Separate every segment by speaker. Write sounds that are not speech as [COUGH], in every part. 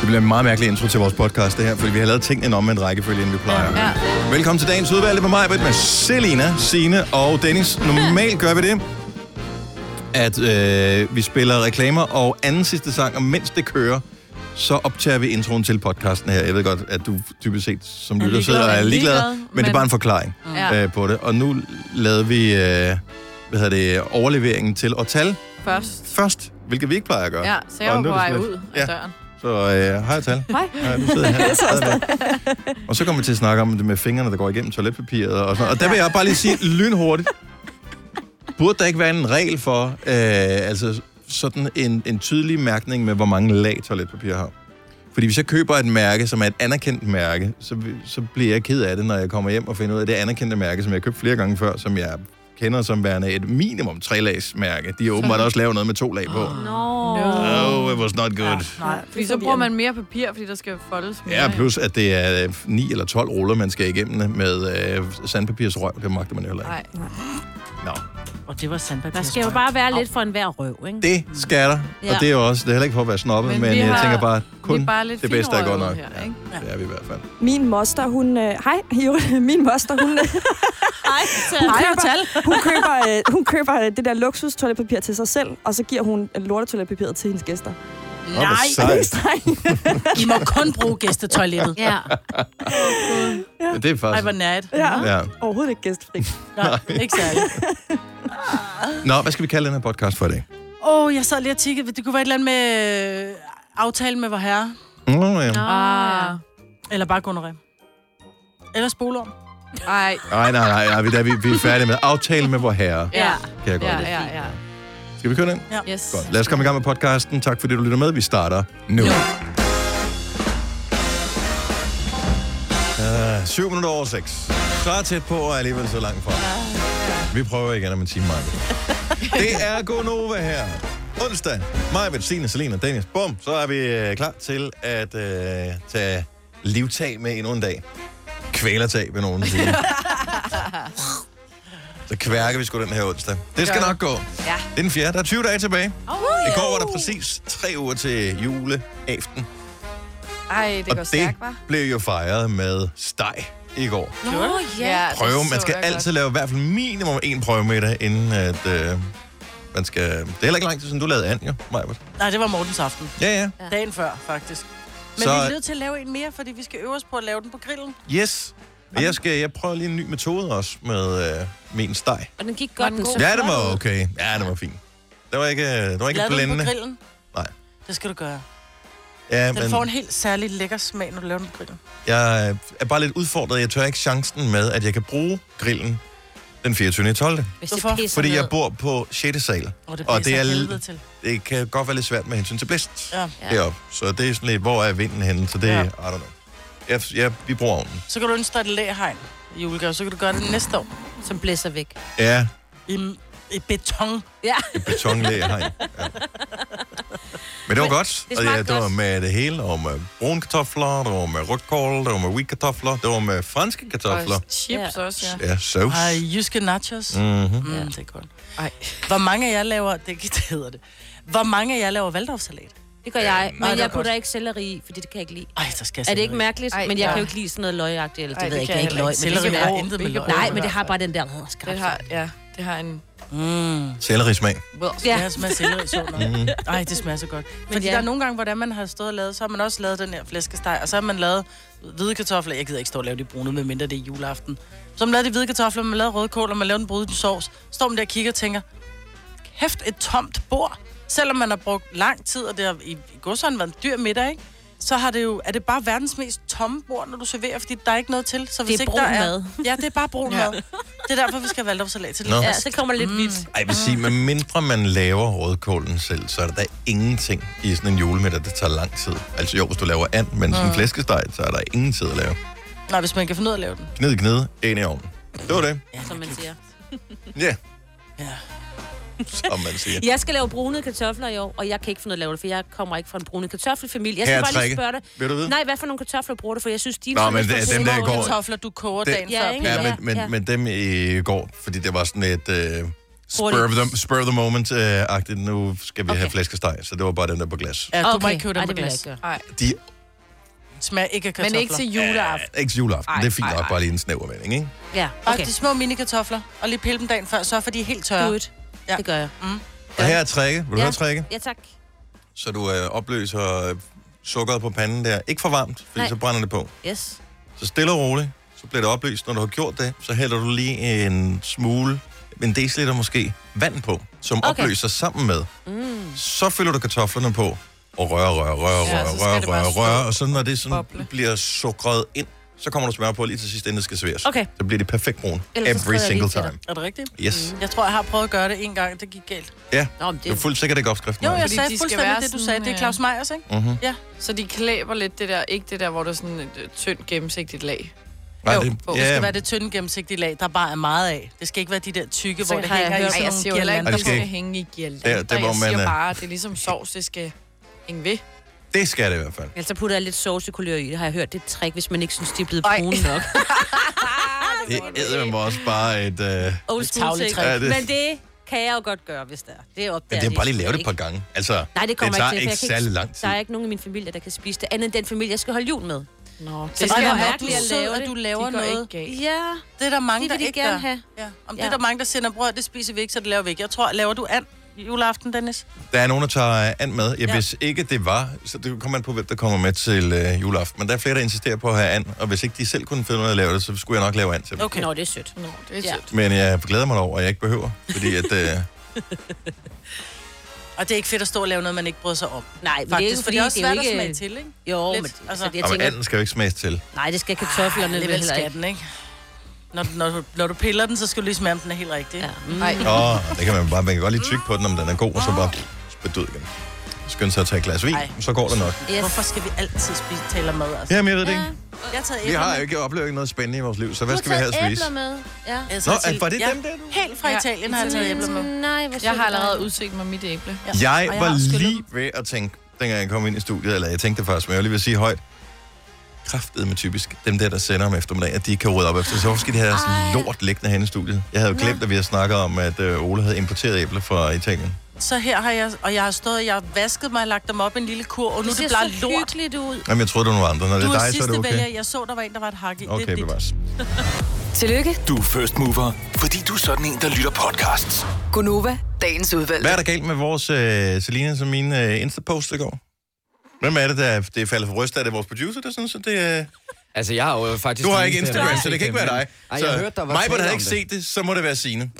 Speaker 1: Det bliver en meget mærkelig intro til vores podcast, det her, fordi vi har lavet tingene om med en rækkefølge, end vi plejer. Ja. Velkommen til dagens udvalgte på mig, med Selina, Sine og Dennis. Normalt gør vi det, at øh, vi spiller reklamer og anden sidste sang, og mens det kører, så optager vi introen til podcasten her. Jeg ved godt, at du typisk set som lytter
Speaker 2: ligeglad.
Speaker 1: sidder og er
Speaker 2: Er
Speaker 1: ligeglad,
Speaker 2: ligeglad,
Speaker 1: men, men
Speaker 2: men-
Speaker 1: det er bare en forklaring
Speaker 2: Ja.
Speaker 1: øh, på det. Og nu lavede vi øh, hvad hedder det, overleveringen til Ortal
Speaker 2: Først.
Speaker 1: først, hvilket vi ikke plejer at gøre.
Speaker 2: Ja, så jeg
Speaker 1: Og
Speaker 2: var
Speaker 1: nu
Speaker 2: på
Speaker 1: er det
Speaker 2: vej
Speaker 1: sådan
Speaker 2: ud
Speaker 1: lidt-
Speaker 2: af døren.
Speaker 1: Så øh, hej Tal.
Speaker 2: Hej.
Speaker 1: Ja, du sidder her. Stadigvæk. og så kommer vi til at snakke om det med fingrene, der går igennem toiletpapiret og sådan noget. Og der vil jeg bare lige sige lynhurtigt. Burde der ikke være en regel for, øh, altså sådan en, en tydelig mærkning med, hvor mange lag toiletpapir har? Fordi hvis jeg køber et mærke, som er et anerkendt mærke, så, vi- så bliver jeg ked af det, når jeg kommer hjem og finder ud af det anerkendte mærke, som jeg har købt flere gange før, som jeg kender som værende et minimum tre lags mærke. De har åbenbart også lavet noget med to lag på.
Speaker 2: Nå.
Speaker 1: Oh, it was not good.
Speaker 2: Nej, fordi så bruger man mere papir, fordi der skal foldes mere.
Speaker 1: Ja, plus at det er 9 eller 12 ruller, man skal igennem med øh, sandpapirsrøv. Det magter man jo heller ikke.
Speaker 2: Nej.
Speaker 1: Nå,
Speaker 3: Og det var sandpapir.
Speaker 4: Der skal jo bare være lidt for enhver røv, ikke?
Speaker 1: det skal der.
Speaker 4: Ja.
Speaker 1: Og det er jo også, det er heller ikke for at være snobbet, men,
Speaker 2: Men
Speaker 1: men
Speaker 2: vi
Speaker 1: jeg
Speaker 2: har-
Speaker 1: tænker bare,
Speaker 2: Kun
Speaker 1: kun
Speaker 2: bare lidt
Speaker 1: det bedste er godt nok.
Speaker 2: finrøget Her, ikke?
Speaker 1: ja, det er vi i hvert fald.
Speaker 5: Min moster, hun... Øh, hej, [LAUGHS] Juri. min moster, hun, øh,
Speaker 4: Nej,
Speaker 5: Hej, hun køber, øh, hun køber øh, det der luksus toiletpapir til sig selv, og så giver hun lortet toiletpapiret til hendes gæster.
Speaker 1: Åh, hvor
Speaker 4: Nej,
Speaker 5: Det er
Speaker 1: sejt.
Speaker 5: ikke strengt.
Speaker 4: I må kun bruge gæstetoilettet.
Speaker 2: Ja.
Speaker 1: Men Det er
Speaker 3: Ej,
Speaker 1: faktisk...
Speaker 3: hvor nært.
Speaker 5: Ja.
Speaker 1: Ja.
Speaker 5: Overhovedet ikke gæstfri.
Speaker 3: Nej, ikke særlig.
Speaker 1: Nå, hvad skal vi kalde den her podcast for i dag?
Speaker 3: Åh, oh, jeg sad lige og tikkede. Det kunne være et eller andet med øh, aftale med vor herre.
Speaker 1: Nå, Mm, ja.
Speaker 2: Ah.
Speaker 3: Eller bare gonoré. Eller spolorm.
Speaker 2: Ah, Ej.
Speaker 1: Nej, nej, nej, nej, vi, der, vi, vi er færdige med aftale med vor herre,
Speaker 2: Ja.
Speaker 1: kan jeg godt
Speaker 2: Ja,
Speaker 1: lide.
Speaker 2: ja, ja.
Speaker 1: Skal vi køre den?
Speaker 2: Yes.
Speaker 1: Godt. Lad os komme i gang med podcasten. Tak fordi du lytter med. Vi starter nu. Uh, 7 minutter over 6. Så er tæt på, og alligevel så langt fra. Vi prøver igen om en time, Michael. Det er Gonova her. Onsdag. Maja, Bettine, Selina, Dennis. Bum. Så er vi øh, klar til at øh, tage livtag med endnu en dag. Kvælertag, vil nogen sige. Så kværker vi sgu den her onsdag. Det skal nok gå. Ja. Det er den fjerde. Der er 20 dage tilbage. I går var der præcis tre uger til juleaften.
Speaker 2: Ej, det går
Speaker 1: og
Speaker 2: stærkt,
Speaker 1: det
Speaker 2: hva'?
Speaker 1: blev jo fejret med steg i går.
Speaker 4: Nå,
Speaker 2: Ja, det
Speaker 1: Prøve. Man
Speaker 2: så
Speaker 1: skal
Speaker 2: jeg
Speaker 1: altid lave i hvert fald minimum en prøve med det, inden at... Øh, man skal... Det er heller ikke lang tid siden, du lavede and, jo, Majbert.
Speaker 3: Nej, det var Mortens aften.
Speaker 1: Ja, ja.
Speaker 3: Ja. Dagen før, faktisk. Men
Speaker 1: Så-
Speaker 3: så... vi er nødt til at lave en mere, fordi vi skal øve os på at lave den på grillen.
Speaker 1: Yes. Og jeg, skal, jeg prøver lige en ny metode også med øh, min steg.
Speaker 4: Og den gik
Speaker 2: Var
Speaker 4: godt,
Speaker 2: den
Speaker 4: den
Speaker 2: god?
Speaker 4: så
Speaker 1: Ja, det
Speaker 4: flot
Speaker 1: var
Speaker 4: ud.
Speaker 1: okay. Ja, det var fint. Det var ikke, det var ikke
Speaker 3: Laver du den på
Speaker 1: blændende.
Speaker 3: grillen?
Speaker 1: Nej.
Speaker 3: Det skal du gøre.
Speaker 1: Ja,
Speaker 3: Den får en helt særlig lækker smag, når du laver den på grillen.
Speaker 1: Jeg øh, er bare lidt udfordret. Jeg tør ikke chancen med, at jeg kan bruge grillen den 24. 12.
Speaker 4: Hvis
Speaker 3: Hvorfor?
Speaker 4: det pisser
Speaker 1: Fordi
Speaker 4: ned.
Speaker 1: jeg bor på 6. sal.
Speaker 3: Og det,
Speaker 1: Og
Speaker 3: blæser
Speaker 1: det er
Speaker 3: af
Speaker 1: l-
Speaker 3: helvede til.
Speaker 1: Det kan godt være lidt svært med hensyn til blæst ja.
Speaker 3: Ja.
Speaker 1: deroppe. Så det er sådan lidt, hvor er vinden henne? Så det er,
Speaker 3: Ja.
Speaker 1: ja. I don't know. Jeg, jeg, vi bruger ovnen.
Speaker 3: Så kan du ønske dig et læhegn i julegave. Så kan du gøre det næste år.
Speaker 4: Som blæser væk.
Speaker 1: Ja,
Speaker 3: I, i beton.
Speaker 4: Ja.
Speaker 1: et betonlæg hegn. Ja. Men det var godt.
Speaker 4: det
Speaker 1: og ja,
Speaker 4: smagte
Speaker 1: det var
Speaker 4: godt.
Speaker 1: med det hele. Og med brune kartofler, det var med rødkål, det var med hvide kartofler, det var med franske kartofler.
Speaker 2: Og chips også, ja.
Speaker 1: Ja, sovs.
Speaker 3: Ej, jyske nachos. Mm.
Speaker 1: Mm-hmm.
Speaker 3: Mm, det er godt.
Speaker 2: Ej.
Speaker 3: Hvor mange af jer laver... Det, [LAUGHS] det hedder det. Hvor mange af jer laver valdorfsalat?
Speaker 4: Det gør jeg,
Speaker 3: nej,
Speaker 4: men
Speaker 3: det er
Speaker 4: jeg putter
Speaker 3: godt.
Speaker 4: ikke selleri i, fordi det kan jeg ikke lide.
Speaker 3: Ej, der skal jeg
Speaker 4: Er det
Speaker 3: selv
Speaker 4: ikke
Speaker 3: noget i.
Speaker 4: mærkeligt?
Speaker 2: Ej,
Speaker 4: men jeg
Speaker 2: ja.
Speaker 4: kan jo ikke lide sådan noget løgagtigt, eller
Speaker 2: Ej,
Speaker 4: det ved
Speaker 2: det
Speaker 4: jeg ikke,
Speaker 2: kan
Speaker 4: jeg er
Speaker 2: jeg
Speaker 4: ikke
Speaker 2: heller ikke.
Speaker 3: Selleri
Speaker 4: løg. Men det kan
Speaker 3: har
Speaker 4: være-
Speaker 3: intet med
Speaker 2: hvilke
Speaker 3: løg.
Speaker 2: brød
Speaker 4: Nej,
Speaker 2: i
Speaker 4: men det
Speaker 2: hvert
Speaker 4: har
Speaker 2: fald.
Speaker 4: bare den der... åh, skarpt.
Speaker 2: Det har, ja, det har en...
Speaker 3: Mm.
Speaker 1: Sellerismag.
Speaker 4: Ja.
Speaker 3: Ja. Det smager selleri så mm. Ej, det smager så godt. Fordi
Speaker 4: ja.
Speaker 3: ja. der er nogle gange, hvordan man har stået og lavet, så har man også lavet den her flæskesteg, og så har man lavet hvide kartofler. Jeg gider ikke stå og lave de brune, medmindre det er juleaften. Så har man lavet de hvide kartofler, man lavede rødkål, og man lavede en bruden sovs. Står man der og kigger og tænker, kæft et tomt bord. Selvom man har brugt lang tid, og det har i, i godsøjne været en dyr middag, ikke? så har det jo, er det bare verdens mest tomme bord, når du serverer, fordi der er ikke noget til. Så hvis
Speaker 4: er
Speaker 3: ikke
Speaker 4: brun
Speaker 3: der er,
Speaker 4: mad.
Speaker 3: Ja, det er bare brun mad. Det er derfor, vi skal have valdorfsalat til det.
Speaker 1: Nå.
Speaker 4: Ja, så kommer det lidt hvidt.
Speaker 1: Ej, jeg vil sige, med mindre man laver rødkålen selv, så er der da ingenting i sådan en julemiddag, der tager lang tid. Altså jo, hvis du laver and, men sådan en flæskesteg, så er der ingen tid at lave.
Speaker 3: Nej, hvis man kan finde ud af at lave den.
Speaker 1: Gnid, gnid, en i ovnen. Det var det.
Speaker 3: Ja,
Speaker 4: som man siger.
Speaker 1: Ja.
Speaker 3: Ja.
Speaker 1: Som man
Speaker 4: [LAUGHS]
Speaker 1: siger.
Speaker 4: Jeg skal lave brune kartofler i år, og jeg kan ikke finde ud af at lave det, for jeg kommer ikke fra en brune kartoffelfamilie. Jeg
Speaker 1: Her
Speaker 4: skal
Speaker 1: er
Speaker 4: bare lige
Speaker 1: tricket.
Speaker 4: spørge dig.
Speaker 1: Vil du vide?
Speaker 4: Nej, hvad for nogle kartofler bruger du? For jeg synes, de er
Speaker 1: Nå,
Speaker 4: sådan
Speaker 1: men
Speaker 4: lidt
Speaker 1: det er
Speaker 4: for
Speaker 1: dem, der
Speaker 4: store.
Speaker 1: går-
Speaker 3: kartofler, du koger
Speaker 1: Det-
Speaker 3: dagen
Speaker 4: Ja,
Speaker 3: før.
Speaker 4: ikke?
Speaker 1: Ja,
Speaker 3: piller.
Speaker 1: men, men,
Speaker 4: ja.
Speaker 1: men dem i går, fordi det var sådan et uh, spur,
Speaker 4: Hurtigt.
Speaker 1: of the, spur of the moment-agtigt. nu skal vi okay. have
Speaker 4: Okay.
Speaker 1: flæskesteg, så det var bare den der på glas.
Speaker 3: Ja, du må
Speaker 4: Okay.
Speaker 3: ikke købe
Speaker 4: Ej,
Speaker 3: dem på
Speaker 4: det vil jeg
Speaker 3: glas.
Speaker 4: ikke gøre.
Speaker 2: Ej,
Speaker 1: De
Speaker 3: smager ikke af kartofler.
Speaker 2: Men ikke til juleaften.
Speaker 1: Ikke til juleaften.
Speaker 2: Ej,
Speaker 1: det er fint
Speaker 2: ej,
Speaker 1: nok,
Speaker 2: ej.
Speaker 1: bare lige en snæver vending, ikke?
Speaker 4: Ja,
Speaker 3: Bare
Speaker 4: okay.
Speaker 3: de små minikartofler, og lige pille dem dagen før, så for de er helt tørre.
Speaker 4: Good.
Speaker 3: Ja.
Speaker 4: Det gør jeg.
Speaker 1: Og her er trække. Vil du
Speaker 4: Ja.
Speaker 1: høre trække?
Speaker 4: Ja, tak.
Speaker 1: Så du øh, opløser øh, sukkeret på panden der. Ikke for varmt, fordi
Speaker 4: Nej.
Speaker 1: så brænder det på.
Speaker 4: Yes.
Speaker 1: Så stille og roligt, så bliver det opløst. Når du har gjort det, så hælder du lige en smule, en deciliter måske, vand på, som okay.
Speaker 4: Okay.
Speaker 1: opløser sammen med.
Speaker 4: Mm.
Speaker 1: Så fylder du kartoflerne på, og rører, rører, rører,
Speaker 2: Ja,
Speaker 1: rører,
Speaker 2: så skal
Speaker 1: rører,
Speaker 2: det bare
Speaker 1: rører,
Speaker 2: stå
Speaker 1: rører. Og så når det sådan
Speaker 2: boble.
Speaker 1: bliver sukret ind, så kommer der smør på lige til sidst, inden det skal serveres.
Speaker 4: Okay.
Speaker 1: Så bliver det perfekt brun.
Speaker 4: Ellers så
Speaker 1: Every
Speaker 4: skriver jeg
Speaker 1: single
Speaker 4: lige til dig.
Speaker 1: time.
Speaker 3: Er det rigtigt?
Speaker 1: Yes. Mm.
Speaker 3: Jeg tror, jeg har prøvet at gøre det en gang, det gik galt.
Speaker 1: Ja,
Speaker 4: Nå, men
Speaker 1: du er
Speaker 4: det,
Speaker 1: fuldt sikkert ikke opskriften.
Speaker 3: Jo, jeg
Speaker 2: Fordi
Speaker 3: sagde
Speaker 2: de skal
Speaker 3: fuldstændig
Speaker 2: være
Speaker 3: det, du
Speaker 2: sådan,
Speaker 3: sagde. Det er
Speaker 2: øh,
Speaker 3: Claus Meyers, ikke?
Speaker 1: Mm-hmm.
Speaker 2: Så de klæber lidt det der, ikke det der, hvor der er sådan et øh, tyndt gennemsigtigt lag.
Speaker 1: Nej,
Speaker 2: Jo,
Speaker 1: det,
Speaker 2: på.
Speaker 3: Det
Speaker 1: ja,
Speaker 3: skal være det tynde gennemsigtige lag, der bare er meget af. Det skal ikke være de der tykke,
Speaker 4: Så
Speaker 3: hvor det
Speaker 4: har jeg
Speaker 3: hænger i
Speaker 2: Ej,
Speaker 4: hørt-
Speaker 3: sådan
Speaker 2: jeg
Speaker 3: nogle
Speaker 2: siger jo heller
Speaker 1: Ej,
Speaker 2: ikke,
Speaker 3: girlander.
Speaker 2: at
Speaker 1: det
Speaker 2: det
Speaker 1: skal
Speaker 2: skal
Speaker 1: ikke-
Speaker 2: hænge i girlander.
Speaker 1: Der- der, hvor
Speaker 2: jeg siger
Speaker 1: man, øh,
Speaker 2: bare, det er ligesom sovs, det skal hænge ved.
Speaker 1: Ah,
Speaker 2: Ah,
Speaker 1: det skal det i hvert fald.
Speaker 4: Ellers så putter jeg lidt sovsekulør i det, har jeg hørt. Det er et trick, hvis man ikke synes, de er blevet
Speaker 2: Ej.
Speaker 4: brune nok.
Speaker 1: Det er mig også bare et... Øh,
Speaker 4: Old
Speaker 3: Et
Speaker 4: school
Speaker 3: tavligt
Speaker 1: trick.
Speaker 4: trick.
Speaker 1: Ja, det-
Speaker 4: Men det kan jeg jo godt gøre, hvis det er. Det opdager
Speaker 1: men det er bare
Speaker 4: de
Speaker 1: lige lave det et
Speaker 4: ikke.
Speaker 1: par gange. Altså,
Speaker 4: Nej, det
Speaker 1: det
Speaker 4: kommer
Speaker 1: tager
Speaker 4: jeg ikke til, for
Speaker 1: ikke
Speaker 4: jeg kan
Speaker 1: særlig lang
Speaker 4: Der
Speaker 1: tid.
Speaker 4: er ikke nogen i min familie, der kan spise det, andet end den familie, jeg skal holde jul med.
Speaker 2: Nå, det
Speaker 4: Så
Speaker 2: skal
Speaker 4: det er
Speaker 2: jeg
Speaker 3: Hvor er
Speaker 2: nok
Speaker 3: du
Speaker 4: mærkeligt at
Speaker 2: lige
Speaker 3: sød,
Speaker 4: lave det.
Speaker 3: at du laver
Speaker 2: De går
Speaker 3: noget.
Speaker 2: ikke galt.
Speaker 4: Ja,
Speaker 3: Det er der mange,
Speaker 4: det
Speaker 3: der
Speaker 4: vil de
Speaker 3: ikke
Speaker 4: gerne
Speaker 3: gør.
Speaker 4: have.
Speaker 3: Ja. Om det
Speaker 4: Ja.
Speaker 3: er der mange, der siger, "Nå, bror, det spiser vi ikke, så det laver vi ikke. Jeg tror, laver du and juleaften, Dennis?
Speaker 1: Der er nogen, der tager øh, and med. Ja,
Speaker 3: Ja.
Speaker 1: hvis ikke det var, så det kommer an på, hvem der kommer med til øh, juleaften. Men der er flere, der insisterer på at have and, og hvis ikke de selv kunne finde ud af at lave det, så skulle jeg nok lave and til dem.
Speaker 3: Okay.
Speaker 4: Nå, det er sødt.
Speaker 2: Nå, det er
Speaker 4: Ja.
Speaker 2: sødt.
Speaker 1: Men jeg glæder mig over, at jeg ikke behøver, fordi
Speaker 4: [LAUGHS]
Speaker 1: at, øh,
Speaker 3: Og det er ikke fedt at stå og lave noget, man ikke bryder sig om.
Speaker 4: Nej, men det er
Speaker 3: Faktisk,
Speaker 4: jo
Speaker 3: fordi det er også
Speaker 4: jo
Speaker 3: svært at smage
Speaker 4: ikke...
Speaker 3: til, ikke?
Speaker 4: Jo,
Speaker 3: Lidt,
Speaker 4: men det-
Speaker 3: altså. Ah,
Speaker 4: altså, det, jeg
Speaker 1: og men
Speaker 4: tænker...
Speaker 1: anden skal jo ikke smages til.
Speaker 4: Nej, det skal kartoflerne vel
Speaker 3: Alligevel
Speaker 4: heller
Speaker 3: skal
Speaker 4: ikke.
Speaker 3: den, ikke? Når, du- når, du, når du piller den, så skal du lige smage, om den er helt rigtig.
Speaker 4: Ja.
Speaker 3: Ja.
Speaker 4: Mm.
Speaker 2: Nej,
Speaker 1: Åh, det kan man bare, man kan godt lige tygge på den, om den er god, og så bare spytte ud igen. Skynd sig at tage et glas vin,
Speaker 3: Ej.
Speaker 1: så går det nok.
Speaker 4: Yes.
Speaker 3: Hvorfor skal vi altid spise taler mad? Altså?
Speaker 1: Jamen, jeg ved det
Speaker 4: Ja.
Speaker 1: ikke.
Speaker 3: Jeg har taget
Speaker 1: Vi
Speaker 3: æbler
Speaker 1: har
Speaker 3: med.
Speaker 1: jo ikke oplevet noget spændende i vores liv, så hvad
Speaker 4: Du
Speaker 1: skal vi
Speaker 4: har
Speaker 1: have at
Speaker 4: taget
Speaker 1: spise?
Speaker 4: æbler med. Ja.
Speaker 3: Jeg har
Speaker 1: Nå,
Speaker 3: taget til-
Speaker 1: var det
Speaker 3: ja.
Speaker 1: dem der, du?
Speaker 3: Helt fra
Speaker 2: Ja.
Speaker 3: Italien har jeg taget æbler med.
Speaker 4: Mm, Nej, hvor
Speaker 2: jeg har
Speaker 4: sødt,
Speaker 2: allerede
Speaker 4: nej.
Speaker 2: udset mig mit æble.
Speaker 1: Jeg
Speaker 3: Og jeg har
Speaker 1: var
Speaker 3: også skyllet
Speaker 1: lige ved at tænke, dengang jeg kom ind i studiet, eller jeg tænkte det først, men jeg var lige ved at sige højt, kraftede med typisk dem der, der sender om eftermiddagen, at de ikke kan rydde op efter. Så hvorfor skal de have sådan
Speaker 4: Ej.
Speaker 1: lort liggende hen i studiet? Jeg havde jo glemt, at vi havde snakket om, at øh, Ole havde importeret æbler fra Italien.
Speaker 3: Så her har jeg, og jeg har stået, jeg har vasket mig og lagt dem op i en lille kur, og nu
Speaker 4: Det
Speaker 3: er
Speaker 4: ser
Speaker 3: det
Speaker 4: så
Speaker 3: bare lort.
Speaker 4: hyggeligt ud.
Speaker 1: Jamen, jeg troede, det var nogle andre. Når
Speaker 3: Du
Speaker 1: det er
Speaker 3: er
Speaker 1: dig, så er
Speaker 3: sidste
Speaker 1: det okay.
Speaker 3: vælger. Jeg så, der var en, der var et hak i.
Speaker 1: Okay,
Speaker 3: det, er dit.
Speaker 1: bevares.
Speaker 6: Tillykke,
Speaker 7: Du er first mover, fordi du er sådan en, der lytter podcasts.
Speaker 6: Gunova, dagens udvalgte.
Speaker 1: Hvad er der galt med vores øh, Selina som min øh, Insta-post i går? Hvem er det, der det er faldet for ryst? Er det vores producer, der synes, at det er...
Speaker 8: Altså, jeg har jo faktisk...
Speaker 1: Du har
Speaker 8: den
Speaker 1: ikke
Speaker 8: eneste, der
Speaker 1: Instagram,
Speaker 8: har
Speaker 1: så det
Speaker 8: set
Speaker 1: kan ikke
Speaker 8: dem,
Speaker 1: være dig.
Speaker 8: men- Ej, jeg hørte, der var
Speaker 1: mig,
Speaker 8: tale
Speaker 1: havde
Speaker 8: om
Speaker 1: ikke
Speaker 8: det.
Speaker 1: set det, så må det være Signe.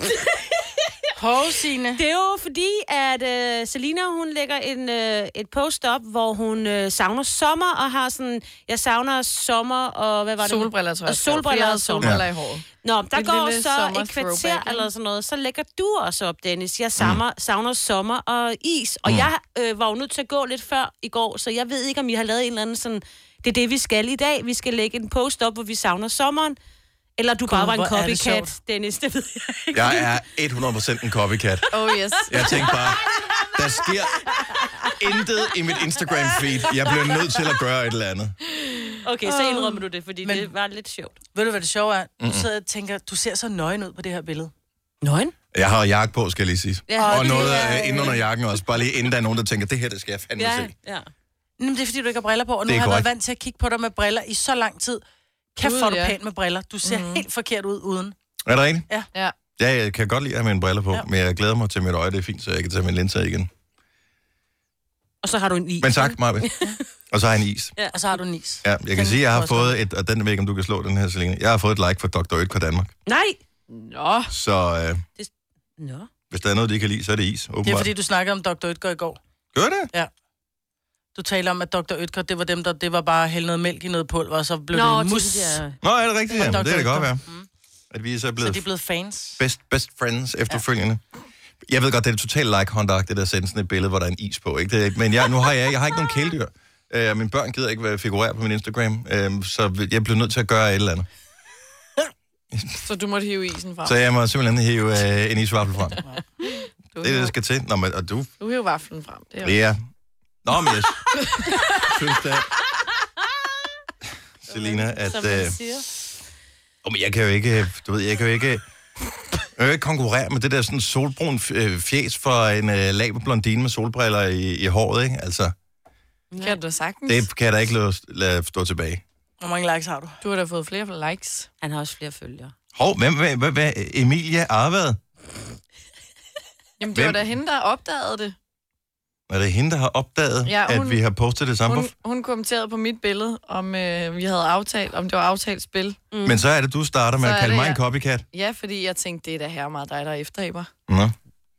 Speaker 3: Hov, Signe.
Speaker 4: Det er jo fordi, at øh, Selina, hun lægger en, øh, et post op, hvor hun øh, savner sommer, og har sådan, jeg savner sommer, og hvad var det? hun-
Speaker 2: Solbriller, tror jeg.
Speaker 4: Og solbriller
Speaker 2: Jeg
Speaker 4: og
Speaker 2: havde
Speaker 4: solbriller.
Speaker 2: solbriller i håret.
Speaker 4: Nå, der
Speaker 2: Et
Speaker 4: går
Speaker 2: lille
Speaker 4: så
Speaker 2: sommer
Speaker 4: et kvarter
Speaker 2: throwback, ikke?
Speaker 4: eller sådan noget, så lægger du også op, Dennis. Jeg savner, mm. savner sommer og is, og mm. jeg øh, var jo nødt til at gå lidt før i går, så jeg ved ikke, om I har lavet en eller anden sådan, det er det, vi skal i dag. Vi skal lægge en post op, hvor vi savner sommeren. Eller du bare
Speaker 3: Gud,
Speaker 4: var en
Speaker 3: hvor er det
Speaker 4: copycat,
Speaker 3: sjovt.
Speaker 4: Dennis, det ved jeg ikke.
Speaker 1: Jeg er 100% en copycat.
Speaker 2: Oh yes.
Speaker 1: Jeg tænkte bare, der sker intet i mit Instagram-feed. Jeg bliver nødt til at gøre et eller andet.
Speaker 4: Okay, så indrømmer du det, fordi
Speaker 3: Men-
Speaker 4: Men... det var lidt sjovt.
Speaker 3: Ved du, hvad det sjove er? Du sidder og tænker, du ser så nøgen ud på det her billede.
Speaker 4: Nøgen?
Speaker 1: Jeg har jakke på, skal jeg lige sige.
Speaker 4: Ja.
Speaker 1: Og noget øh, inde under jakken også. Bare lige inden der er nogen, der tænker, det her, det skal jeg fandme
Speaker 4: Ja,
Speaker 1: se.
Speaker 4: ja.
Speaker 3: Jamen, det er fordi, du ikke har briller på, og nu
Speaker 1: Det er
Speaker 3: har jeg været
Speaker 1: korrekt.
Speaker 3: vant til at kigge på dig med briller i så lang tid. Kæft,
Speaker 2: Gud,
Speaker 3: for du
Speaker 2: ja.
Speaker 3: pænt med briller. Du ser mm. helt forkert ud uden.
Speaker 1: Er det rigtigt?
Speaker 2: Ja.
Speaker 1: Ja, jeg kan godt lide at have mine briller på,
Speaker 3: Ja.
Speaker 1: men jeg glæder mig til mit øje. Det er fint, så jeg kan tage min linser igen.
Speaker 4: Og så har du en is.
Speaker 1: Men tak, Marve. Og så har jeg en is.
Speaker 3: Og så har du nis.
Speaker 1: Ja, jeg kan sige, at jeg har fået et, og den ved jeg ikke, om du kan slå den her, Selina. Jeg har fået et like fra Dr. Øtker Danmark.
Speaker 4: Nej!
Speaker 2: Nå,
Speaker 1: Så øh,
Speaker 4: Nå.
Speaker 1: hvis der er noget, de ikke kan lide, så er det is, åbenbart.
Speaker 3: Det er fordi, du snakkede om Dr. Ytger i går.
Speaker 1: Gør det?
Speaker 3: Du taler om, at Dr. Ytger, det var dem, der det var bare at hælde noget mælk i noget pulver, og så blev
Speaker 4: Nå,
Speaker 3: det mus.
Speaker 4: mus. Ja.
Speaker 1: Nå, er det rigtigt?
Speaker 3: Og
Speaker 1: Ja,
Speaker 3: Dr.
Speaker 1: det kan det godt
Speaker 3: Ødker.
Speaker 1: være. At vi Mm. så er
Speaker 3: Så
Speaker 1: blevet
Speaker 3: de er blevet fans.
Speaker 1: best, best friends efterfølgende. Ja. Jeg ved godt, det er totalt like håndagt, det der at sende sådan et billede, hvor der er en is på. Ikke? Det, er- men jeg, nu har jeg, jeg har ikke nogen kæledyr. Øh, og mine børn gider ikke være figurere på min Instagram, øh, så jeg blev nødt til at gøre et eller andet.
Speaker 2: [LAUGHS] så du måtte hive isen frem.
Speaker 1: Så jeg må simpelthen hive øh, en isvaffel frem. Det
Speaker 2: Du,
Speaker 1: er det, der
Speaker 2: hiver,
Speaker 1: skal til. Nå, men, og du,
Speaker 2: du hiver vaflen frem. Det er
Speaker 1: ja. Nå, [LAUGHS] men jeg synes da... Selina, at...
Speaker 4: Som
Speaker 1: Øh,
Speaker 4: man siger.
Speaker 1: Oh, men jeg kan jo ikke, du ved, jeg kan jo ikke, jeg kan jo ikke konkurrere med det der sådan solbrun f- øh, fjes for en øh, laberblondine med solbriller i, i håret, ikke? Altså,
Speaker 2: Kan du da sagtens?
Speaker 1: Det kan jeg da ikke lade, lade stå tilbage.
Speaker 3: Hvor mange likes har du?
Speaker 2: Du har da fået flere likes.
Speaker 4: Han har også flere følgere.
Speaker 1: Hov, hvem, hvem, hvem, hvem Emilia Arvad?
Speaker 2: Jamen, det var
Speaker 1: Hvem?
Speaker 2: da hende, der opdagede det.
Speaker 1: Er det hende, der har opdaget,
Speaker 2: Ja,
Speaker 1: ja, hun,
Speaker 2: hun-
Speaker 1: at vi har postet det samme?
Speaker 2: Hun,
Speaker 1: Hun,
Speaker 2: hun kommenterede på mit billede, om øh, vi havde aftalt, om det var aftalt spil.
Speaker 1: Men så er det, du starter med
Speaker 2: mm.
Speaker 1: at
Speaker 2: Så er
Speaker 1: kalde
Speaker 2: det,
Speaker 1: mig
Speaker 2: ja.
Speaker 1: en copycat.
Speaker 2: Ja, fordi jeg tænkte, det er da her meget dig, der efterhæber.
Speaker 1: Nå,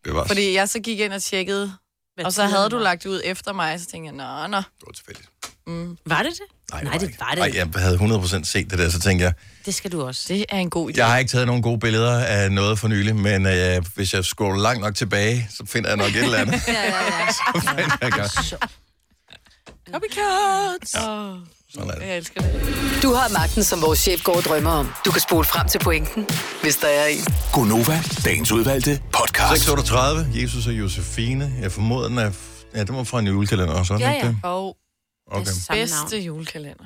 Speaker 1: det var
Speaker 2: Fordi jeg så gik ind og tjekkede,
Speaker 4: Hvad
Speaker 2: og så
Speaker 4: tid er
Speaker 2: havde
Speaker 4: det
Speaker 2: du
Speaker 4: nu?
Speaker 2: lagt det ud efter mig, så tænkte jeg, nå, nå.
Speaker 1: Det var tilfældigt.
Speaker 4: Var det det? Nej, det var det.
Speaker 1: Ej, jeg havde 100% set det der, så tænkte jeg,
Speaker 4: Det skal du også.
Speaker 2: Det er en god idé.
Speaker 1: jeg har ikke taget nogen gode billeder af noget for nylig, men øh, hvis jeg scroller langt nok tilbage, så finder jeg nok et eller andet.
Speaker 4: [LAUGHS] Ja, ja, ja.
Speaker 1: [LAUGHS] Så finder jeg godt.
Speaker 2: Copycat! Ja. Oh,
Speaker 1: Sådan er det.
Speaker 2: jeg elsker det.
Speaker 6: Du har magten, som vores chef går og drømmer om. Du kan spole frem til pointen, hvis der er en.
Speaker 7: Gonova, dagens udvalgte podcast.
Speaker 1: 638, Jesus og Josefine. Jeg formoder, den er... f- Ja, det var fra en julekalender også, ja,
Speaker 4: Ja,
Speaker 1: ja. ikke
Speaker 4: ja.
Speaker 1: det?
Speaker 2: Og
Speaker 1: Okay.
Speaker 4: Samme navn.
Speaker 2: bedste julekalender.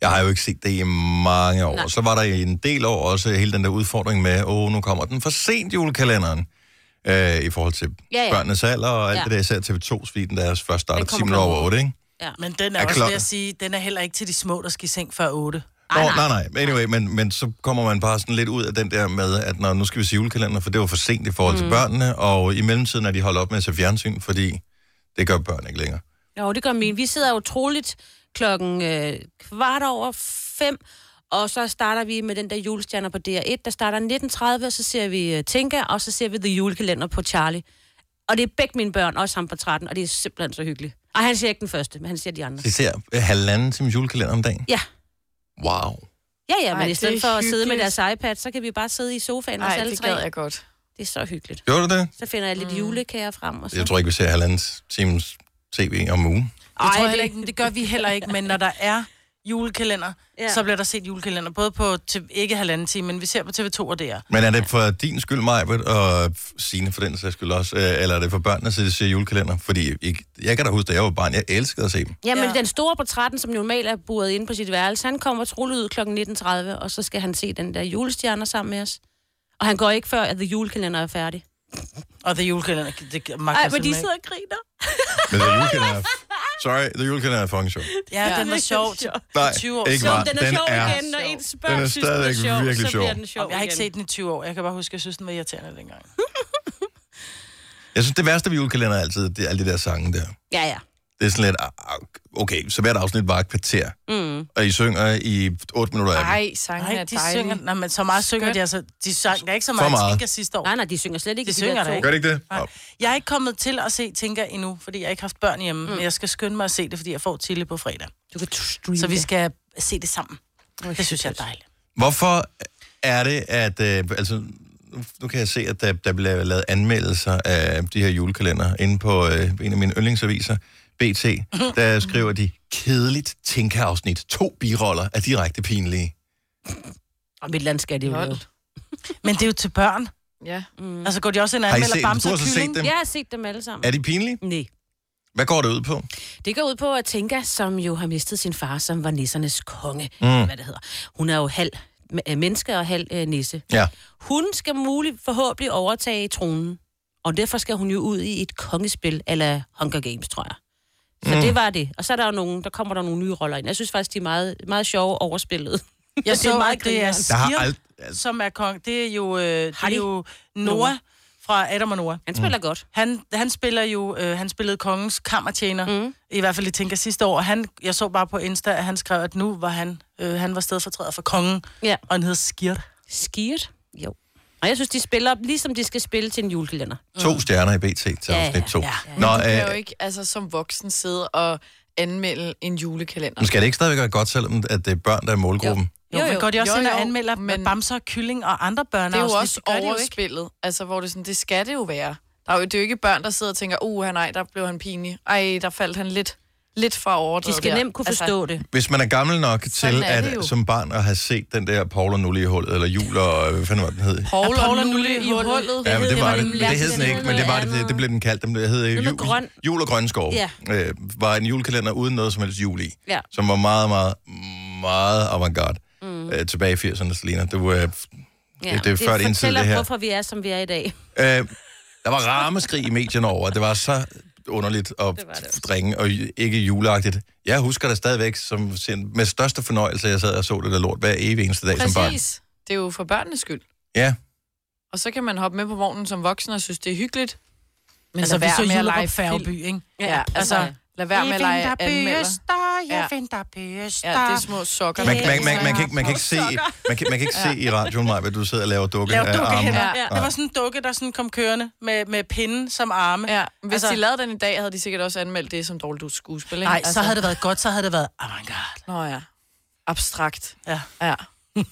Speaker 1: Jeg har jo ikke set det i mange år. Nej.
Speaker 4: Nej.
Speaker 1: Så var der i en del år også hele den der udfordring med, åh, oh, nu kommer den for sent julekalenderen. Øh, I forhold til ja,
Speaker 4: Ja,
Speaker 1: ja.
Speaker 4: ja.
Speaker 1: børnenes alder og alt ja.
Speaker 4: Ja.
Speaker 1: det der, især TV2's, fordi den deres først starter
Speaker 4: Den
Speaker 1: 10
Speaker 4: kommer
Speaker 1: minutter over 8,
Speaker 4: klokken
Speaker 1: ikke?
Speaker 3: Men den er,
Speaker 1: Er
Speaker 3: er også
Speaker 1: klokken-
Speaker 3: ved at sige, den er heller ikke til de små, der skal i seng før 8.
Speaker 1: Nå, nej, nej. nej. Anyway, men, men så kommer man bare sådan lidt ud af den der med, at når, nu skal vi se julekalender, for det var for sent i forhold mm. til børnene, og i mellemtiden er de holdt op med at se fjernsyn, fordi det gør børn ikke længere.
Speaker 4: Jo, det gør min. Vi sidder utroligt klokken øh, kvart over fem, og så starter vi med den der julestjerner på DR1, der starter 19.30, og så ser vi øh, Tinka, og så ser vi The Julekalender på Charlie. Og det er begge mine børn, også ham på 13, og det er simpelthen så hyggeligt. Og han ser ikke den første, men han ser de andre.
Speaker 1: De ser øh, halvanden times julekalender om dagen.
Speaker 4: Ja.
Speaker 1: Wow.
Speaker 4: Ja, ja, men
Speaker 2: Ej,
Speaker 4: Ej, i
Speaker 2: det er
Speaker 4: stedet for at sidde med
Speaker 2: hyggeligt.
Speaker 4: deres iPad, så kan vi bare sidde i sofaen og
Speaker 2: Nej,
Speaker 4: alle
Speaker 2: det
Speaker 4: tre.
Speaker 2: gad jeg godt.
Speaker 4: Det er så hyggeligt.
Speaker 1: Gjorde du det?
Speaker 4: Så finder jeg lidt mm. julekager frem, og så...
Speaker 1: Jeg tror ikke, vi ser halvanden times tv om ugen.
Speaker 3: Det
Speaker 4: Ej,
Speaker 3: tror jeg heller ikke, men det gør vi heller ikke, men når der er julekalender, ja.
Speaker 4: Ja.
Speaker 3: så bliver der set julekalender, både på, TV, ikke halvanden time, men vi ser på TV2 og DR.
Speaker 1: Men er det for din skyld, Majbert, og sine for den sags skyld også, øh, eller er det for børnene, så de ser julekalender? Fordi jeg, jeg kan da huske, da jeg var barn, jeg elskede at se dem.
Speaker 4: Jamen,
Speaker 3: Ja.
Speaker 4: ja. den store på 13, som normalt er buret inde på sit værelse, han kommer trullet ud kl. 19.30, og så skal han se den der julestjerner sammen med os. Og han går ikke før, at The Julekalender er færdig.
Speaker 3: Og det julekalender, det magter jeg simpelthen
Speaker 4: og griner.
Speaker 1: Men the [LAUGHS] julekalender... Sorry, the julekalender er fucking sjov.
Speaker 3: ikke. Ja, den var sjov.
Speaker 1: Nej,
Speaker 3: 20 år
Speaker 1: ikke
Speaker 4: Jo,
Speaker 1: meget.
Speaker 4: den er sjov igen, når ens børn
Speaker 1: den er
Speaker 4: synes, den er
Speaker 1: stadigvæk
Speaker 4: sjov,
Speaker 1: virkelig
Speaker 4: så
Speaker 1: sjov.
Speaker 4: bliver den sjov
Speaker 3: Jeg har ikke
Speaker 4: igen.
Speaker 3: set den i 20 år. Jeg kan bare huske, at jeg synes, den var irriterende dengang.
Speaker 1: Jeg synes, det værste ved julekalender er altid, det er alle de der sange der.
Speaker 4: Ja, ja.
Speaker 1: Det er sådan lidt, ah, okay, så hvert afsnit var et kvarter,
Speaker 4: Mm.
Speaker 1: og I synger i 8 minutter af dem.
Speaker 2: Ej, sangen
Speaker 3: Nej,
Speaker 2: er
Speaker 3: de
Speaker 2: dejlig.
Speaker 3: synger... Nej, men så meget synger
Speaker 2: Skønt.
Speaker 3: de altså... De sang der er ikke så
Speaker 1: For
Speaker 3: meget,
Speaker 1: meget.
Speaker 3: meget. sidste år.
Speaker 4: Nej, nej, de synger slet ikke.
Speaker 3: Det
Speaker 4: der
Speaker 3: synger der
Speaker 4: to.
Speaker 3: ikke.
Speaker 1: Gør det ikke det?
Speaker 3: Nej. Jeg er ikke kommet til at se Tinker endnu, fordi jeg ikke har haft børn hjemme. Mm. Men jeg skal skynde mig at se det, fordi jeg får Tille på fredag.
Speaker 4: Du kan streame
Speaker 3: Så vi
Speaker 4: det.
Speaker 3: skal se det sammen. Det synes jeg er dejligt.
Speaker 1: Hvorfor er det, at... Øh, altså, nu- nu kan jeg se, at der, der bliver lavet anmeldelser af de her julekalender inde på øh, en af mine yndlingsaviser, BT. Der skriver de, kedeligt tænkeafsnit. To biroller er direkte pinlige.
Speaker 4: Og mit land skal de jo
Speaker 2: Hold.
Speaker 4: lave.
Speaker 3: Men det er jo til børn.
Speaker 2: Ja.
Speaker 3: Mm. Altså går de også ind og
Speaker 1: Har I
Speaker 3: anmelder
Speaker 1: set dem?
Speaker 3: Bamse
Speaker 1: Du har
Speaker 3: og
Speaker 1: så
Speaker 3: Kylling?
Speaker 1: set dem.
Speaker 4: Jeg har set dem alle sammen.
Speaker 1: Er de pinlige?
Speaker 4: Nej.
Speaker 1: Hvad går det ud på?
Speaker 4: Det går ud på, at Tinka, som jo har mistet sin far, som var nissernes konge, mm. hvad det hedder. Hun er jo halv øh, menneske og halv øh, nisse.
Speaker 1: Ja.
Speaker 4: Hun skal muligt forhåbentlig overtage tronen, og derfor skal hun jo ud i et kongespil, eller Hunger Games, tror jeg. Så mm. det var det. Og så er der jo nogen, der kommer der nogle nye roller ind. Jeg synes faktisk, de er meget, meget sjove overspillet.
Speaker 3: Jeg
Speaker 4: [LAUGHS] Det
Speaker 3: så,
Speaker 4: er meget
Speaker 3: at det er
Speaker 4: grineren.
Speaker 1: Der har
Speaker 3: Sirm,
Speaker 1: alt... Altså,
Speaker 3: som er kong. Det er jo, øh, det er
Speaker 4: Hardy.
Speaker 3: jo Noah
Speaker 4: Noah.
Speaker 3: fra Adam og Noah.
Speaker 4: Han spiller mm. godt.
Speaker 3: Han, han spiller jo, øh, han spillede kongens kammertjener, mm. i hvert fald i tænker sidste år. Og Han, jeg så bare på Insta, at han skrev, at nu var han, øh, han var stedfortræder for kongen,
Speaker 4: Ja.
Speaker 3: og han hed Skirt.
Speaker 4: Skirt. Jo. Og jeg synes, de spiller, ligesom de skal spille til en julekalender.
Speaker 1: to stjerner i BT til
Speaker 4: Ja,
Speaker 1: afsnit
Speaker 4: ja,
Speaker 1: 2.
Speaker 3: ja.
Speaker 1: Nå,
Speaker 2: Du kan jo
Speaker 1: øh,
Speaker 2: ikke altså, som voksen sidde og anmelde en julekalender.
Speaker 1: men skal det ikke stadigvæk være godt, selvom at det er børn, der er målgruppen?
Speaker 3: Jo, jo, jo. går de også
Speaker 2: Jo,
Speaker 3: ind og
Speaker 2: jo,
Speaker 3: anmelder men...
Speaker 2: men-
Speaker 3: Bamser, Kylling og andre børn.
Speaker 2: Det er jo også overspillet, altså hvor det er sådan, det skal det jo være. Der er jo, det er jo ikke børn, der sidder og tænker, uh, nej, der blev han pinlig. Ej, der faldt han lidt, lidt fra
Speaker 4: De
Speaker 2: overdrevet
Speaker 4: skal
Speaker 2: der."
Speaker 4: nemt kunne
Speaker 2: Altså,
Speaker 4: forstå altså, det.
Speaker 1: Hvis man er gammel nok
Speaker 2: Sådan
Speaker 1: til
Speaker 2: er det
Speaker 1: at
Speaker 2: jo.
Speaker 1: som barn at have set den der Paul og Nulle i hullet, eller Jul og øh, hvad fanden var den hed?
Speaker 2: Paul
Speaker 3: Er
Speaker 2: og
Speaker 3: Paul og
Speaker 2: Nulle
Speaker 3: Nulle
Speaker 2: i
Speaker 3: i hullet?
Speaker 2: hullet.
Speaker 1: Ja, men det var det.
Speaker 4: nemlig-
Speaker 1: Det hed den
Speaker 4: det
Speaker 1: ikke,
Speaker 4: hed
Speaker 1: men det var
Speaker 4: noget
Speaker 1: det, det,
Speaker 4: andet.
Speaker 1: det blev den kaldt. Den hed øh,
Speaker 4: Noget med
Speaker 1: jul,
Speaker 4: grøn.
Speaker 1: jul og grønne skov.
Speaker 4: Ja.
Speaker 1: Øh, var en julekalender uden noget som helst jul i.
Speaker 4: Ja.
Speaker 1: Som var meget, meget, meget avantgarde. Mm. Øh, tilbage i 80'erne, Selina. Det var, øh,
Speaker 4: Ja.
Speaker 1: det er før din tid,
Speaker 4: fortæller,
Speaker 1: det her.
Speaker 4: hvorfor vi er, som vi er i dag.
Speaker 1: øh, der var rammeskrig i medierne over. Det var så underligt og
Speaker 4: Det var det også.
Speaker 1: drenge og ju- ikke juleagtigt. Jeg husker det stadigvæk som sin, med største fornøjelse, jeg sad og så det der lort hver evig eneste dag som barn.
Speaker 2: Præcis. Det er jo for børnenes skyld.
Speaker 1: Ja,
Speaker 2: Og så kan man hoppe med på vognen som voksen og synes, det er hyggeligt. Men
Speaker 3: Altså,
Speaker 2: altså,
Speaker 3: vi
Speaker 2: lad
Speaker 3: så
Speaker 2: være med at
Speaker 3: Jullerup
Speaker 2: lege
Speaker 3: Færgeby,
Speaker 2: film.
Speaker 3: ikke?
Speaker 2: Ja, altså, lad være med at lege anmelder.
Speaker 3: jeg
Speaker 2: Ja.
Speaker 3: finder bøster.
Speaker 2: Ja, det er små sokker.
Speaker 1: man,
Speaker 4: Det
Speaker 1: man, man,
Speaker 4: er
Speaker 1: man,
Speaker 4: så
Speaker 1: man, kan, ikke, man, kan ikke se, man, kan, man kan ikke se i radioen, mig, hvad du sidder og laver dukke Øhm,
Speaker 3: Lav
Speaker 1: af armen.
Speaker 3: dukkehænder.
Speaker 2: Ja.
Speaker 3: Ja. Det var sådan en dukke, der sådan kom kørende med, med pinden som arme.
Speaker 2: Ja, hvis
Speaker 3: Altså-
Speaker 2: altså, de lavede den i dag, havde de sikkert også anmeldt det som dårligt skuespil, ikke? Altså,
Speaker 3: Nej, så havde det været godt, så havde det været avantgarde.
Speaker 2: [LAUGHS] Nå ja, abstrakt.
Speaker 3: Ja.
Speaker 2: Ja.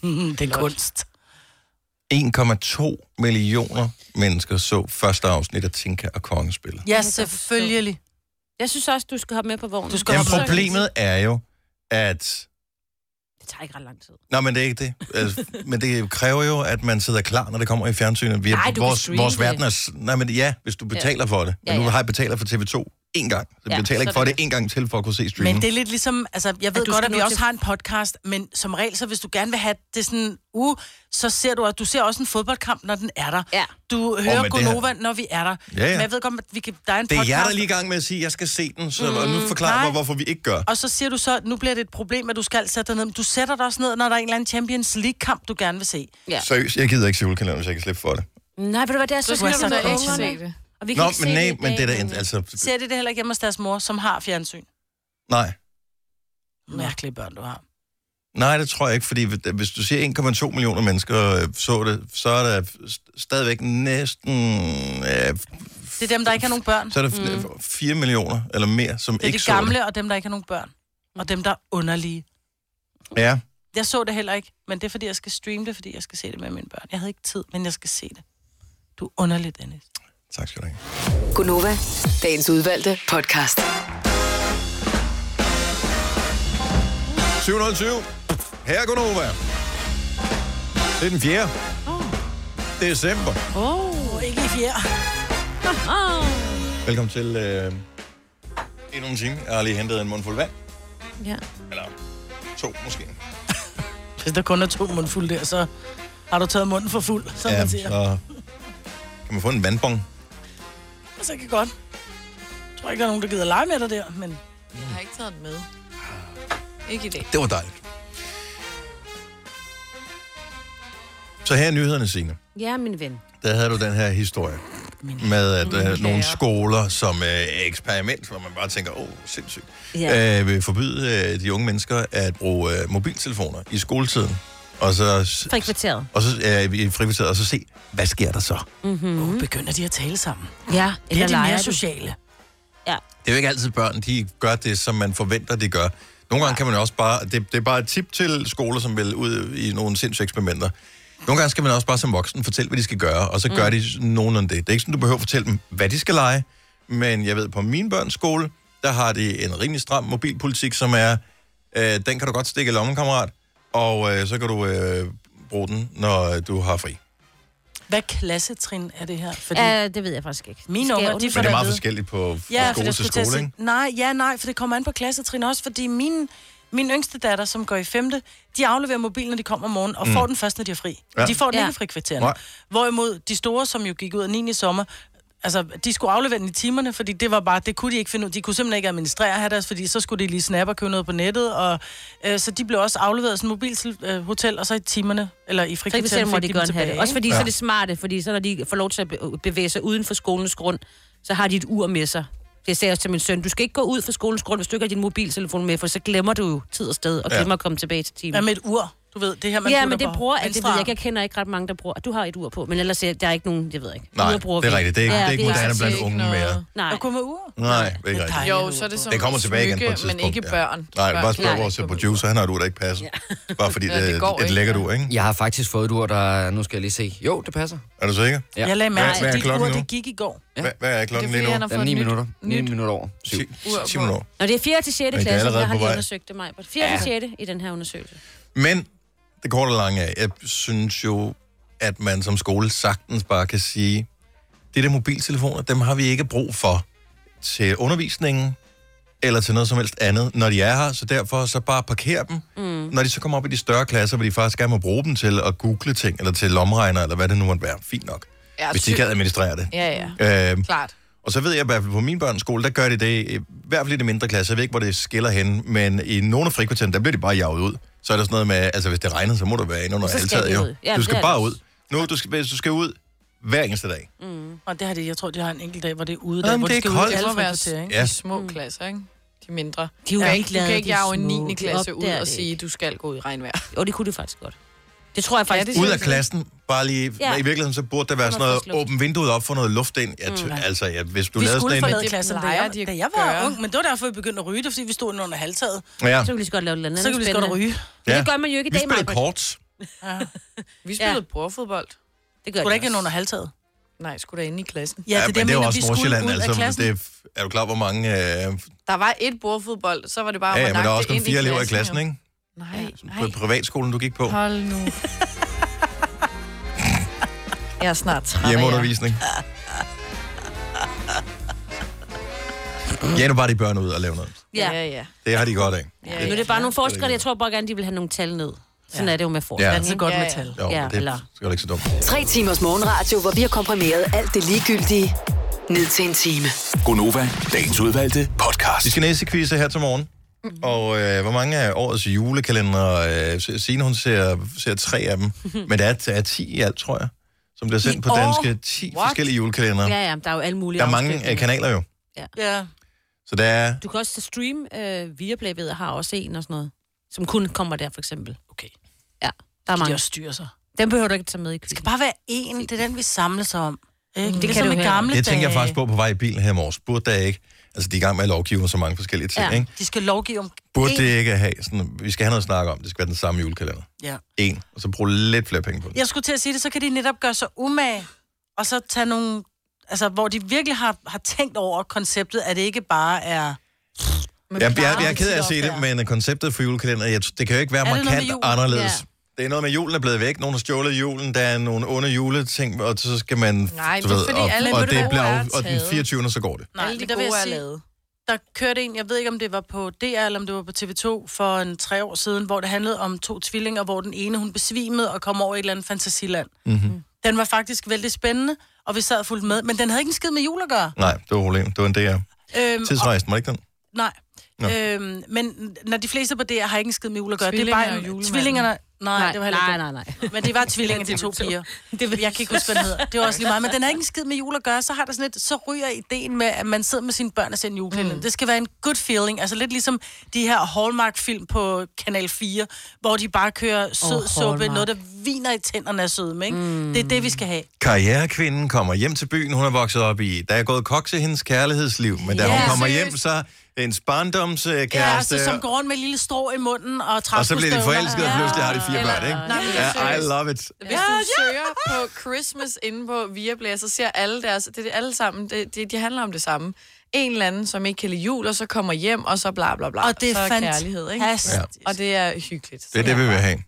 Speaker 3: Mm, det er kunst.
Speaker 1: 1,2 millioner mennesker så første afsnit af Tinka og Kongespillet.
Speaker 3: Ja, selvfølgelig.
Speaker 4: Jeg synes også, du skal hoppe med på vognen.
Speaker 3: Du skal
Speaker 1: Jamen,
Speaker 3: hoppe med.
Speaker 1: problemet er jo, at...
Speaker 4: Det tager ikke ret lang tid.
Speaker 1: Nå, men det er ikke det. Altså, men det kræver jo, at man sidder klar, når det kommer i fjernsynet. Vi er,
Speaker 4: Nej, du kan
Speaker 1: vores,
Speaker 4: streame
Speaker 1: vores
Speaker 4: det.
Speaker 1: verden er... s- Nej, men ja, hvis du betaler for det. Men
Speaker 4: Ja,
Speaker 1: nu
Speaker 4: ja.
Speaker 1: har jeg betalt for TV2 én gang. Så jeg
Speaker 4: Ja,
Speaker 1: betaler ikke
Speaker 4: så
Speaker 1: for
Speaker 4: er
Speaker 1: det
Speaker 4: det
Speaker 1: én gang til, for at kunne se streaming.
Speaker 3: Men det er lidt ligesom, altså jeg ved
Speaker 4: At du
Speaker 3: godt,
Speaker 4: skal
Speaker 3: at vi
Speaker 4: nå
Speaker 3: også
Speaker 4: til-
Speaker 3: har en podcast, men som regel, så hvis du gerne vil have det sådan, uh, så ser du, at du ser også en fodboldkamp, når den er der.
Speaker 4: Ja.
Speaker 3: Du hører
Speaker 1: men det her-
Speaker 3: Gonova, når vi er der.
Speaker 1: Ja, ja.
Speaker 3: Men jeg ved godt, at vi kan, der er en
Speaker 1: det er
Speaker 3: podcast.
Speaker 1: jeg, der er lige i gang med at sige, at jeg skal se den, så mm, nu forklarer
Speaker 3: nej.
Speaker 1: mig, hvorfor vi ikke gør.
Speaker 3: Og så siger du så, at nu bliver det et problem, at du skal sætte dig ned. Men du sætter dig også ned, når der er en eller anden Champions League-kamp, du gerne vil se.
Speaker 4: Ja.
Speaker 1: Seriøst, jeg gider ikke se julekalenderen, hvis jeg kan slippe for det.
Speaker 4: Nej, ved du hvad, det er
Speaker 2: Så
Speaker 4: så
Speaker 2: skal
Speaker 4: snydt,
Speaker 2: du
Speaker 4: når
Speaker 2: da ikke
Speaker 4: ungerne-
Speaker 2: se det.
Speaker 4: Og vi kan
Speaker 1: Nå,
Speaker 4: ikke
Speaker 1: men
Speaker 4: se
Speaker 1: nej,
Speaker 4: i
Speaker 1: men
Speaker 4: dag,
Speaker 1: det er da... en- Altså,
Speaker 3: Ser de det heller ikke hjemme hos deres mor, som har fjernsyn?
Speaker 1: nej.
Speaker 3: Mærkelige børn, du har.
Speaker 1: Nej, det tror jeg ikke, fordi hvis du siger 1,2 millioner mennesker øh, så det, så er der st- stadigvæk næsten... Øh,
Speaker 3: Det er dem, der ikke har nogen børn.
Speaker 1: så er der mm. 4 millioner eller mere, som
Speaker 3: Det er
Speaker 1: ikke
Speaker 3: de
Speaker 1: så
Speaker 3: gamle, og dem, der ikke har nogen børn. Og dem, der er underlige.
Speaker 1: det. Ja,
Speaker 3: Jeg så det heller ikke, men det er, fordi jeg skal streame det, fordi jeg skal se det med mine børn. Jeg havde ikke tid, men jeg skal se det. Du er underlig, Dennis.
Speaker 1: tak skal du have.
Speaker 6: Gunova, dagens udvalgte podcast.
Speaker 1: 720. Her er Gunova. Det er den 4. Oh. December.
Speaker 3: Oh, ikke i fjer.
Speaker 1: Velkommen til øh, endnu en time. Jeg har lige hentet en mundfuld vand.
Speaker 4: Ja.
Speaker 1: Eller to måske.
Speaker 3: Hvis der kun er to mundfulde der, så har du taget munden for fuld, som ja, man siger. Så.
Speaker 1: så kan man få en vandbong.
Speaker 3: så kan godt. Jeg tror ikke, der er nogen, der gider lege med dig der, men...
Speaker 2: Jeg har ikke taget den med. Ikke i dag.
Speaker 1: Det var dejligt. Så her er nyhederne, Signe.
Speaker 4: Ja, min ven.
Speaker 1: Der havde du den her historie med at øh, nogle skoler som øh, eksperiment, hvor man bare tænker, åh, sindssygt,
Speaker 4: Ja.
Speaker 1: øh, vil forbyde øh, de unge mennesker at bruge øh, mobiltelefoner i skoletiden. Og så, s-
Speaker 4: Fra kvarteret.
Speaker 1: og så øh, i frikvarteret, og så se, hvad sker der så?
Speaker 3: Mm. Begynder de at tale sammen?
Speaker 4: Ja,
Speaker 3: Det
Speaker 4: eller
Speaker 3: er de
Speaker 4: leger
Speaker 3: mere
Speaker 4: du?
Speaker 3: sociale.
Speaker 1: Det er jo ikke altid børn, de gør det, som man forventer, de gør. Nogle gange kan man også bare, det, det er bare et tip til skoler, som vil ud i nogle sindssyge eksperimenter. Nogle gange skal man også bare som voksen fortælle, hvad de skal gøre, og så gør mm. de nogenlunde det. Det er ikke sådan, du behøver at fortælle dem, hvad de skal lege, men jeg ved, på min børns skole, der har de en rimelig stram mobilpolitik, som er, øh, den kan du godt stikke i lommen, kammerat, og øh, så kan du øh, bruge den, når øh, du har fri.
Speaker 3: Hvad klassetrin er det her? Fordi...
Speaker 4: Ja, det ved jeg faktisk ikke.
Speaker 3: Mine
Speaker 4: Skal jeg
Speaker 3: unger, de
Speaker 4: undersøge?
Speaker 1: Men det er
Speaker 3: da
Speaker 1: meget
Speaker 3: vide.
Speaker 1: forskelligt på fra
Speaker 3: Ja, for
Speaker 1: skole
Speaker 3: jeg
Speaker 1: til
Speaker 3: skulle til at
Speaker 1: skole, ikke?
Speaker 3: sige, nej, ja, nej, for det kommer an på klassetrin også, fordi min, min yngste datter, som går i femte, de afleverer mobilen, når de kommer om morgenen, og mm. får den først, når de er fri.
Speaker 1: Ja.
Speaker 3: Ja. De får den
Speaker 4: Ja.
Speaker 3: ja. ikke i frikvartererne.
Speaker 1: Nej.
Speaker 3: Hvorimod de store, som jo gik ud af 9. i sommer, altså, de skulle aflevere den i timerne, fordi det var bare, det kunne de ikke finde ud. De kunne simpelthen ikke administrere her deres, fordi så skulle de lige snappe og købe noget på nettet, og øh, så de blev også afleveret som mobilhotel, og så i timerne, eller i
Speaker 4: Så ikke
Speaker 3: frikvartererne
Speaker 4: selv må
Speaker 3: fik de
Speaker 4: de
Speaker 3: dem
Speaker 4: godt have
Speaker 3: tilbage.
Speaker 4: det.
Speaker 3: ikke?
Speaker 4: Også fordi ja. så er det smarte, fordi så når de får lov til at be- bevæge sig uden for skolens grund, så har de et ur med sig. Det sagde jeg også til min søn. Du skal ikke gå ud for skolens grund, hvis du ikke har din mobiltelefon med, for så glemmer du jo tid og sted, og
Speaker 1: Ja.
Speaker 4: glemmer at komme tilbage til timen.
Speaker 3: Hvad med et ur? Du ved, det her, man
Speaker 4: ja,
Speaker 3: putter
Speaker 4: men det
Speaker 3: på
Speaker 4: bruger, at det
Speaker 3: venstre
Speaker 4: ved jeg
Speaker 3: arm.
Speaker 4: ikke. Jeg kender ikke ret mange, der bruger. Du har et ur på, men ellers er der er ikke nogen, jeg ved ikke.
Speaker 1: Nej,
Speaker 4: Ure bruger
Speaker 1: det er
Speaker 4: vi
Speaker 1: rigtigt. Det er ikke- det er ikke
Speaker 4: det
Speaker 1: moderne
Speaker 4: altså
Speaker 1: blandt
Speaker 4: ikke-
Speaker 1: unge mere.
Speaker 4: Nej.
Speaker 3: Og kunne med ur?
Speaker 1: Nej, det er ikke rigtigt.
Speaker 2: Jo, så er det som
Speaker 1: Det kommer tilbage igen på et
Speaker 2: smykke,
Speaker 1: tidspunkt.
Speaker 2: men ikke
Speaker 1: ja.
Speaker 2: børn.
Speaker 1: Nej,
Speaker 2: børn
Speaker 1: bare spørg
Speaker 2: kan
Speaker 1: vores
Speaker 2: ikke få
Speaker 1: producer, han har et ur, der ikke passer. Ja. Bare fordi
Speaker 2: [LAUGHS] Ja,
Speaker 1: det,
Speaker 2: det
Speaker 1: det
Speaker 2: går
Speaker 1: er et
Speaker 2: ikke,
Speaker 1: lækkert
Speaker 2: ja.
Speaker 1: ur, ikke?
Speaker 8: Jeg har faktisk fået et ur, der... Nu skal jeg lige se. Jo, det passer.
Speaker 1: Er du sikker?
Speaker 8: Ja.
Speaker 3: Ja. Jeg lagde
Speaker 1: Hvad-
Speaker 3: mærke til,
Speaker 1: hvad er
Speaker 3: at dit
Speaker 1: klokken
Speaker 3: ur,
Speaker 1: nu?
Speaker 3: det gik i går.
Speaker 1: Hvad, hvad er
Speaker 2: Det er
Speaker 1: klokken lige
Speaker 2: fordi,
Speaker 1: nu?
Speaker 2: han har
Speaker 8: Den er
Speaker 2: fået
Speaker 8: 9
Speaker 2: nyt.
Speaker 8: minutter. 9
Speaker 2: nyt.
Speaker 8: minutter over. 7.
Speaker 1: Ti-
Speaker 2: ur
Speaker 1: ti
Speaker 2: på.
Speaker 1: minutter over.
Speaker 4: Nå, det er 4. til 6.
Speaker 1: Men det er
Speaker 4: klasse,
Speaker 1: allerede
Speaker 4: jeg har
Speaker 1: på
Speaker 4: lige
Speaker 1: vej.
Speaker 4: undersøgt det, mig. 4. til 6. i den her undersøgelse.
Speaker 1: Men det korte og lange er, jeg synes jo, at man som skole sagtens bare kan sige, det der mobiltelefoner, dem har vi ikke brug for til undervisningen, eller til noget som helst andet, når de er her, så derfor så bare parker dem. Mm. Når de så kommer op i de større klasser, hvor de faktisk gerne må bruge dem til at google ting, eller til lomregner, eller hvad det nu måtte være. Fint nok,
Speaker 2: Ja,
Speaker 1: hvis de
Speaker 2: ty-
Speaker 1: kan administrere det.
Speaker 2: Ja, ja.
Speaker 1: Øhm,
Speaker 2: Klart.
Speaker 1: Og så ved jeg i hvert fald på min børns skole, der gør de det, i hvert fald i de mindre klasser, jeg ved ikke, hvor det skiller hen, men i nogle af frikvartererne, der bliver de bare jaget ud. Så er der sådan noget med, altså hvis det regner, så må du være inde under
Speaker 4: Så skal
Speaker 1: altaget
Speaker 4: de
Speaker 1: jo.
Speaker 4: ud. Ja,
Speaker 1: du
Speaker 4: det
Speaker 1: skal
Speaker 4: er
Speaker 1: bare
Speaker 4: det
Speaker 1: ud.
Speaker 4: også.
Speaker 1: Nu, du skal, hvis du skal ud hver eneste dag.
Speaker 3: Og det har de, jeg tror, de har en enkelt dag, hvor det er ude, der,
Speaker 1: Jamen,
Speaker 3: hvor
Speaker 1: det
Speaker 3: de
Speaker 1: er
Speaker 3: skal ud
Speaker 1: koldt.
Speaker 3: i
Speaker 2: Det
Speaker 3: alle
Speaker 2: må være
Speaker 3: ikke?
Speaker 1: Ja.
Speaker 2: de små klasser, ikke? De mindre.
Speaker 4: De er jo
Speaker 2: Du kan ikke,
Speaker 4: ligeglade,
Speaker 2: du kan ikke
Speaker 4: de er
Speaker 2: jage en
Speaker 4: små.
Speaker 2: 9.
Speaker 4: De
Speaker 2: klasse ud
Speaker 4: opdager
Speaker 2: og
Speaker 4: det
Speaker 2: sige,
Speaker 4: ikke.
Speaker 2: du skal gå i regnvejr.
Speaker 4: Jo, det kunne de faktisk godt. Det tror jeg faktisk,
Speaker 2: det
Speaker 4: det
Speaker 1: Ud af klassen, bare lige, ja.
Speaker 4: Ja.
Speaker 1: i virkeligheden, så burde der være sådan
Speaker 4: Under
Speaker 1: noget,
Speaker 4: frisk luft.
Speaker 1: åbne vinduet op, for noget luft ind. Jeg ty- altså, ja, hvis du
Speaker 3: Vi
Speaker 1: lavede
Speaker 3: skulle
Speaker 1: sådan en...
Speaker 3: forlade
Speaker 2: Det
Speaker 3: klassen, da
Speaker 2: plejer
Speaker 3: jeg,
Speaker 2: de at
Speaker 3: da jeg var
Speaker 2: gøre.
Speaker 3: ung, men det var derfor, vi begyndte at ryge, det var, fordi vi stod inde under halvtaget.
Speaker 1: Ja,
Speaker 4: så kan vi lige så godt lave noget andet.
Speaker 3: Så kan vi lige så godt
Speaker 4: spændende.
Speaker 3: ryge.
Speaker 4: Men
Speaker 1: ja.
Speaker 4: Det gør man jo ikke i
Speaker 1: Vi
Speaker 4: dag,
Speaker 1: spiller
Speaker 4: Maj-Brit.
Speaker 1: kort.
Speaker 2: Vi spillede ja. bordfodbold.
Speaker 4: Det gør
Speaker 3: Skulle der
Speaker 4: det
Speaker 3: ikke
Speaker 4: ikke
Speaker 3: ind under halvtaget?
Speaker 2: Nej, skulle da inde i klassen.
Speaker 1: Ja, men det er jo også
Speaker 3: vi skulle
Speaker 1: Nordsjælland,
Speaker 3: ud af
Speaker 1: altså.
Speaker 3: klassen.
Speaker 1: Det er, er du klar, hvor mange... Øh, ja, ja, men
Speaker 2: Der var et bordfodbold, så var det bare om at
Speaker 1: der er
Speaker 2: nakke
Speaker 1: også kun
Speaker 2: det ind
Speaker 1: fire elever i klassen,
Speaker 2: jo.
Speaker 1: ikke?
Speaker 2: Nej,
Speaker 1: På
Speaker 2: nej.
Speaker 1: privatskolen, du gik på.
Speaker 2: Hold nu. Jeg er snart træt af jer.
Speaker 1: Hjemmeundervisning. Ja, nu bare de børn ud og lave noget.
Speaker 4: Ja.
Speaker 2: Ja, ja.
Speaker 1: Det har de godt af.
Speaker 4: Ja, nu er det bare nogle forskere, jeg tror bare gerne, de vil have nogle tal ned. Sådan ja. er det jo med forskere.
Speaker 1: Ja.
Speaker 4: Ja.
Speaker 3: Det er godt
Speaker 2: Ja,
Speaker 3: med
Speaker 2: ja.
Speaker 3: tal.
Speaker 1: Jo,
Speaker 4: Ja,
Speaker 1: ja, det
Speaker 4: eller-
Speaker 1: skal jo ikke så dumt.
Speaker 6: Tre timers morgenradio, hvor vi har komprimeret alt det ligegyldige ned til en time.
Speaker 7: Gonova, dagens udvalgte podcast.
Speaker 1: Vi skal næse quizze her til morgen. Og øh, hvor mange af årets julekalendere, øh, Signe hun ser, ser tre af
Speaker 4: [LAUGHS]
Speaker 1: dem, men der er, der er 10 i alt, tror jeg, som bliver sendt på
Speaker 3: år?
Speaker 1: danske 10
Speaker 3: What?
Speaker 1: forskellige julekalendere.
Speaker 4: ja, ja, men der er jo alle mulige
Speaker 1: Der er mange øh,
Speaker 4: afskygninger.
Speaker 1: kanaler jo,
Speaker 3: Ja.
Speaker 1: så der er
Speaker 4: Du kan også streame øh, via Playbedet har også en og sådan noget, som kun kommer der for eksempel.
Speaker 3: Okay.
Speaker 4: Ja, der er
Speaker 3: De
Speaker 4: mange.
Speaker 3: også styrer sig.
Speaker 4: Den behøver du ikke tage med i
Speaker 3: Det
Speaker 4: quizzen.
Speaker 3: skal bare være én. Det er den, vi samles om. Ikke? Det,
Speaker 4: kan
Speaker 3: det kan
Speaker 4: du
Speaker 3: du
Speaker 4: heller.
Speaker 3: gamle
Speaker 1: Det tænker jeg
Speaker 3: dage.
Speaker 1: faktisk på på vej i bilen her i morges. Burde der ikke... Altså, de er i gang med at lovgive om så mange forskellige ting, ja.
Speaker 4: Ja.
Speaker 1: ikke?
Speaker 3: De skal lovgive om...
Speaker 1: Burde
Speaker 3: én.
Speaker 1: det ikke have sådan... Vi skal have noget at snakke om. Det skal være den samme julekalender.
Speaker 3: Ja.
Speaker 1: En. Og så bruge lidt flere penge på det.
Speaker 3: Jeg skulle til at sige det, så kan de netop gøre sig umage, og så tage nogle... Altså, hvor de virkelig har, har tænkt over konceptet, at det ikke bare er...
Speaker 1: Jeg, jeg, jeg, er
Speaker 3: det
Speaker 1: ked af at se
Speaker 3: tit
Speaker 1: det,
Speaker 3: op der.
Speaker 1: men konceptet for julekalender, jeg, det kan jo ikke være
Speaker 3: Er det noget med
Speaker 1: markant
Speaker 3: julen?
Speaker 1: anderledes.
Speaker 4: Ja.
Speaker 1: Det er noget med, at julen er blevet væk. Nogen har stjålet julen. Der er nogle onde juleting, og så skal man...
Speaker 2: Nej,
Speaker 1: du
Speaker 2: det er
Speaker 1: ved,
Speaker 2: fordi
Speaker 1: og,
Speaker 2: alle
Speaker 1: og,
Speaker 2: mødte
Speaker 1: det
Speaker 2: gode
Speaker 1: bliver,
Speaker 2: er
Speaker 1: jo- og den
Speaker 2: taget.
Speaker 1: 24. så går det.
Speaker 2: Alle de
Speaker 3: men der vil jeg
Speaker 2: gode er
Speaker 3: sige-
Speaker 2: lavet.
Speaker 3: der kørte en, jeg ved ikke om det var på DR eller om det var på TV2 for en tre år siden, hvor det handlede om to tvillinger, hvor den ene hun besvimede og kom over i et eller andet fantasiland.
Speaker 1: Mhm.
Speaker 3: Mm-hmm.
Speaker 2: Mm.
Speaker 3: Den var faktisk vældig spændende, og vi sad og fulgte med, men den havde ikke en skid med jul at gøre.
Speaker 1: Nej, det var problemet. Det var en DR.
Speaker 3: Øhm, og,
Speaker 1: Tidsrejsen, var det ikke den?
Speaker 3: nej.
Speaker 1: Nå.
Speaker 3: Øhm, men når de fleste på DR har ikke en skid med jul at gøre, det er
Speaker 2: Tvillinger
Speaker 3: bare
Speaker 2: og julemanden.
Speaker 3: tvillingerne. Nej, nej, det var heller
Speaker 4: nej,
Speaker 3: ikke
Speaker 4: nej, nej.
Speaker 3: den. Men det var tvillinger, de to piger. Det ved jeg kan ikke huske, hvad den hedder. Det var også lige meget. Men den har ikke en skid med jul at gøre. Så har der sådan et, så ryger ideen med, at man sidder med sine børn og ser en julekalender. Mm. Det skal være en good feeling. Altså lidt ligesom de her Hallmark-film på Kanal 4, hvor de bare kører sød oh, suppe,
Speaker 4: Hallmark.
Speaker 3: noget, der viner i tænderne af sødme, ikke? Mm. Det er det, vi skal have.
Speaker 1: altså, Karrierekvinden kommer hjem til byen, hun er vokset op i. Der er gået koks i hendes kærlighedsliv, men da
Speaker 3: Ja,
Speaker 1: hun kommer
Speaker 3: seriøst.
Speaker 1: hjem, så er en barndomskæreste,
Speaker 3: Kæreste,
Speaker 2: altså,
Speaker 3: ja, som går rundt med et lille strå i munden og trækker
Speaker 1: og så bliver de forelskede, og pludselig har de fire
Speaker 2: Eller-
Speaker 1: børn, ikke?
Speaker 3: Nej, men det er
Speaker 1: Ja, I love it.
Speaker 2: Hvis du søger på Christmas inde på Viaplay, så ser alle deres, det er det alle sammen, det, det, de handler om det samme. En eller anden, som ikke kan lide jul, og så kommer hjem, og så bla bla bla.
Speaker 3: Og det er
Speaker 2: så kærlighed, ikke?
Speaker 3: fantastisk.
Speaker 1: Ja.
Speaker 2: Og det er hyggeligt.
Speaker 1: Det er det, vi vil have.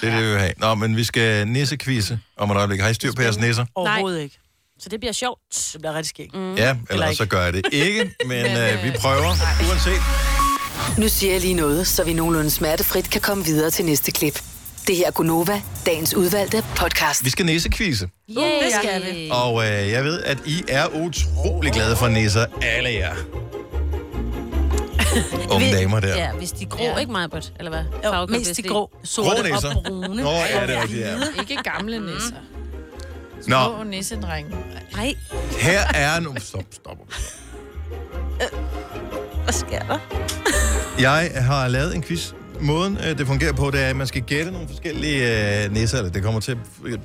Speaker 1: Det er det, vi vil have. Nå, men vi skal nissekvise om et øjeblik. Har I styr på jeres nisser?
Speaker 3: Overhovedet ikke.
Speaker 4: Så det bliver sjovt.
Speaker 3: Det bliver rigtig skægt. Mm.
Speaker 1: Ja, eller
Speaker 3: ikke.
Speaker 1: så gør jeg det ikke, men øh, vi prøver uanset.
Speaker 6: Nu siger jeg lige noget, så vi nogenlunde smertefrit kan komme videre til næste klip. Det her er Gunova, dagens udvalgte podcast.
Speaker 1: Vi skal nissekvise,
Speaker 4: Yeah.
Speaker 3: det skal vi.
Speaker 1: og øh, jeg ved, at I er utrolig glade for nisser, alle jer. Unge damer der.
Speaker 4: Ja, hvis de er grå, ja. ikke meget Britt, eller hvad?
Speaker 3: Jo,
Speaker 4: Farvekomplet,
Speaker 3: mest de
Speaker 4: ikke?
Speaker 3: grå,
Speaker 1: Grå
Speaker 3: sorte
Speaker 1: nisser.
Speaker 3: og brune.
Speaker 1: Nå, ja, det er rigtigt, ja.
Speaker 2: Ikke gamle nisser.
Speaker 3: Mm.
Speaker 1: Nå,
Speaker 2: Små nissedrenge.
Speaker 4: Nej,
Speaker 1: Her er nu... Stop, stop, stop.
Speaker 3: Hvad sker der?
Speaker 1: Jeg har lavet en quiz. Måden, øh, det fungerer på, det er, at man skal gætte nogle forskellige øh, nisser. Eller det kommer til at øh,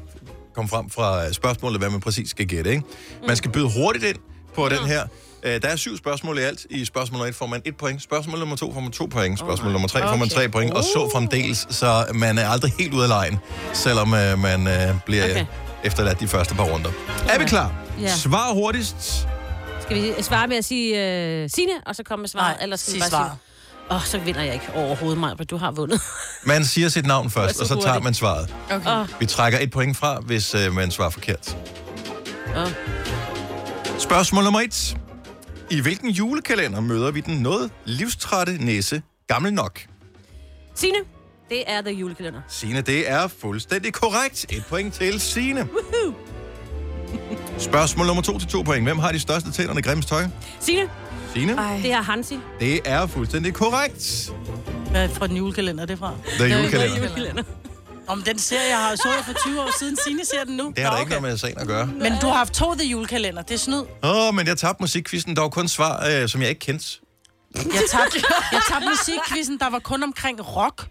Speaker 1: komme frem fra øh, spørgsmålet, hvad man præcis skal gætte. Ikke? Man skal byde hurtigt ind på
Speaker 4: Mm.
Speaker 1: den her. Øh, der er syv spørgsmål i alt. I spørgsmål nummer et får man et point. Spørgsmål nummer to får man to point. Spørgsmål nummer tre får man tre point. Og så fremdeles, så man er aldrig helt ude af lejen, selvom øh, man øh, bliver okay.
Speaker 4: Okay.
Speaker 1: efterladt de første par runder. Er vi klar?
Speaker 4: Ja.
Speaker 1: Svar hurtigst.
Speaker 4: skal vi svare med at sige øh, Signe, og så komme med svaret?
Speaker 3: Nej,
Speaker 4: eller skal vi
Speaker 3: sig
Speaker 4: bare
Speaker 3: svaret.
Speaker 4: Åh, oh, så vinder jeg ikke overhovedet mig, Britt, du har vundet. [LAUGHS]
Speaker 1: Man siger sit navn først,
Speaker 4: så
Speaker 1: og så tager
Speaker 4: hurtigt.
Speaker 1: man svaret.
Speaker 2: Okay.
Speaker 4: Åh.
Speaker 1: Vi trækker et point fra, hvis øh, man svarer forkert.
Speaker 4: Åh.
Speaker 1: Spørgsmål nummer et. I hvilken julekalender møder vi den noget livstrætte næse gammel nok?
Speaker 4: Signe, det er The Julekalender.
Speaker 1: Signe, det er fuldstændig korrekt. Et point til Signe. [LAUGHS] Spørgsmål nummer to til to point. Hvem har de største tænder og grimmest tøj?
Speaker 4: Signe,
Speaker 1: Signe?
Speaker 2: Ej.
Speaker 4: det her Hansi.
Speaker 1: Det er fuldstændig korrekt.
Speaker 3: Hvad er fra den julekalender, det er fra?
Speaker 1: Det er julekalender.
Speaker 3: Om den serie, jeg har så jeg for 20 år siden. Signe ser den nu.
Speaker 1: Det har da ikke noget med sagen at gøre.
Speaker 3: Men du har haft to The Julekalender. Det er snyd.
Speaker 1: Åh, men jeg tabte musikquizzen. Der var kun svar, øh, som jeg ikke kendte.
Speaker 3: Jeg tabte, jeg tabte musikkvisten, der var kun omkring rock.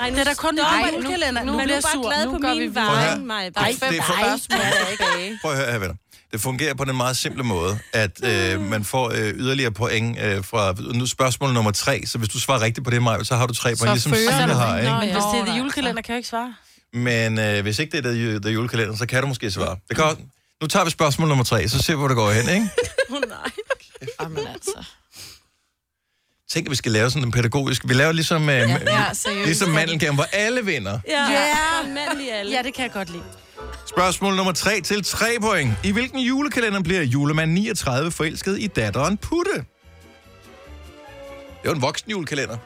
Speaker 4: Ej, nu
Speaker 3: Det er da kun
Speaker 4: stop.
Speaker 3: en
Speaker 4: nu,
Speaker 3: julekalender.
Speaker 4: nu,
Speaker 3: Nu bliver
Speaker 4: nu, bliver
Speaker 3: jeg
Speaker 4: bare
Speaker 3: sur.
Speaker 4: glad
Speaker 3: Nu
Speaker 4: på
Speaker 3: gør vi
Speaker 4: min
Speaker 3: videre.
Speaker 1: Prøv at høre.
Speaker 4: vejen, Maja.
Speaker 2: Der er
Speaker 4: Ej,
Speaker 2: fem
Speaker 1: det er for-
Speaker 2: spørgsmål, der ikke er i.
Speaker 1: Prøv at høre her, venner. Det fungerer på den meget simple måde, at øh, man får øh, yderligere point øh, fra nu spørgsmål nummer tre. Så hvis du svarer rigtigt på det, Maja, så har du tre point, ligesom
Speaker 2: fører
Speaker 1: Signe
Speaker 2: du.
Speaker 1: har, ikke?
Speaker 2: Nå,
Speaker 3: Men hvis det er
Speaker 2: Nå,
Speaker 3: The
Speaker 2: nej,
Speaker 3: Julekalender, kan jeg ikke svare.
Speaker 1: Men øh, hvis ikke det er The- The Julekalender, så kan du måske svare. Det kan også. Nu tager vi spørgsmål nummer tre, så ser vi, hvor det går hen, ikke?
Speaker 2: Jamen altså.
Speaker 1: Tænk, at vi skal lave sådan en pædagogisk... Vi laver ligesom, øh, ja,
Speaker 2: Ja, seriøst.
Speaker 1: ligesom mandelgaven, hvor alle vinder.
Speaker 4: Ja,
Speaker 3: Ja.
Speaker 4: yeah. mandlig alle.
Speaker 3: Ja, det kan jeg godt lide.
Speaker 1: Spørgsmål nummer 3 til 3 point. I hvilken julekalender bliver julemand 39 forelsket i datteren Putte? Det er jo en voksen julekalender.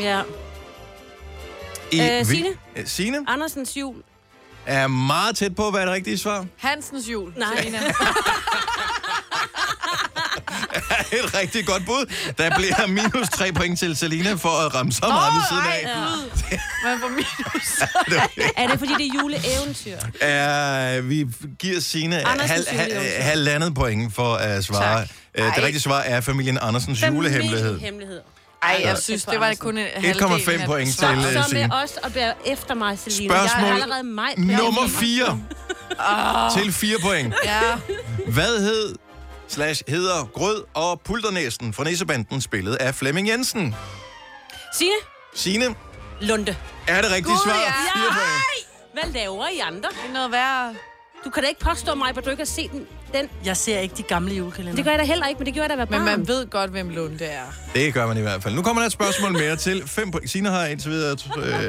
Speaker 4: ja.
Speaker 1: I
Speaker 4: Øh,
Speaker 1: hvil-
Speaker 4: Signe?
Speaker 1: Øh, Signe
Speaker 4: Andersens jul.
Speaker 1: er meget tæt på, hvad er det rigtige svar? [LAUGHS]
Speaker 2: Hansens jul.
Speaker 4: Nej.
Speaker 2: Selina.
Speaker 1: Et rigtig godt bud. Der bliver minus 3 point til Selina for at ramme sammen oh, ved siden af.
Speaker 2: Man får minus.
Speaker 4: [LAUGHS] Er det, fordi det er juleeventyr?
Speaker 1: Uh, vi giver Signe
Speaker 4: Andersens
Speaker 1: hal, hal,
Speaker 4: julehemmelighed.
Speaker 1: halvandet point for at svare. Uh, det rigtige svar er familien Andersens julehemmelighed.
Speaker 4: Hemmelighed.
Speaker 2: Ej, jeg synes, det var kun en halvdel
Speaker 1: 1,5
Speaker 2: af
Speaker 1: point til
Speaker 2: svar.
Speaker 1: øh,
Speaker 4: Så
Speaker 1: Signe.
Speaker 4: med os og bær efter mig, Selina. Jeg
Speaker 1: Spørgsmål
Speaker 4: er allerede mig.
Speaker 1: nummer 4. Til 4 point.
Speaker 2: Ja,
Speaker 1: Hvad hed slash hedder Grød og Pulternæsten fra Nissebanden spillet af Flemming Jensen?
Speaker 4: Signe
Speaker 1: Signe,
Speaker 4: Lunde.
Speaker 1: er det rigtige
Speaker 2: Gud,
Speaker 1: svar?
Speaker 2: ja.
Speaker 1: 4 point.
Speaker 4: Hvad laver I andre?
Speaker 2: det er noget værre.
Speaker 4: Du kan da ikke påstå mig, at du ikke har set den. den.
Speaker 3: Jeg ser ikke de gamle julekalender.
Speaker 4: Det gør jeg da heller ikke, men det gjorde jeg da være
Speaker 2: Men
Speaker 4: barn.
Speaker 2: man ved godt, hvem Lunde er.
Speaker 1: Det gør man i hvert fald. Nu kommer der et spørgsmål mere til 5 point. Signe har indtil videre øh, 3,
Speaker 2: Lunde, lad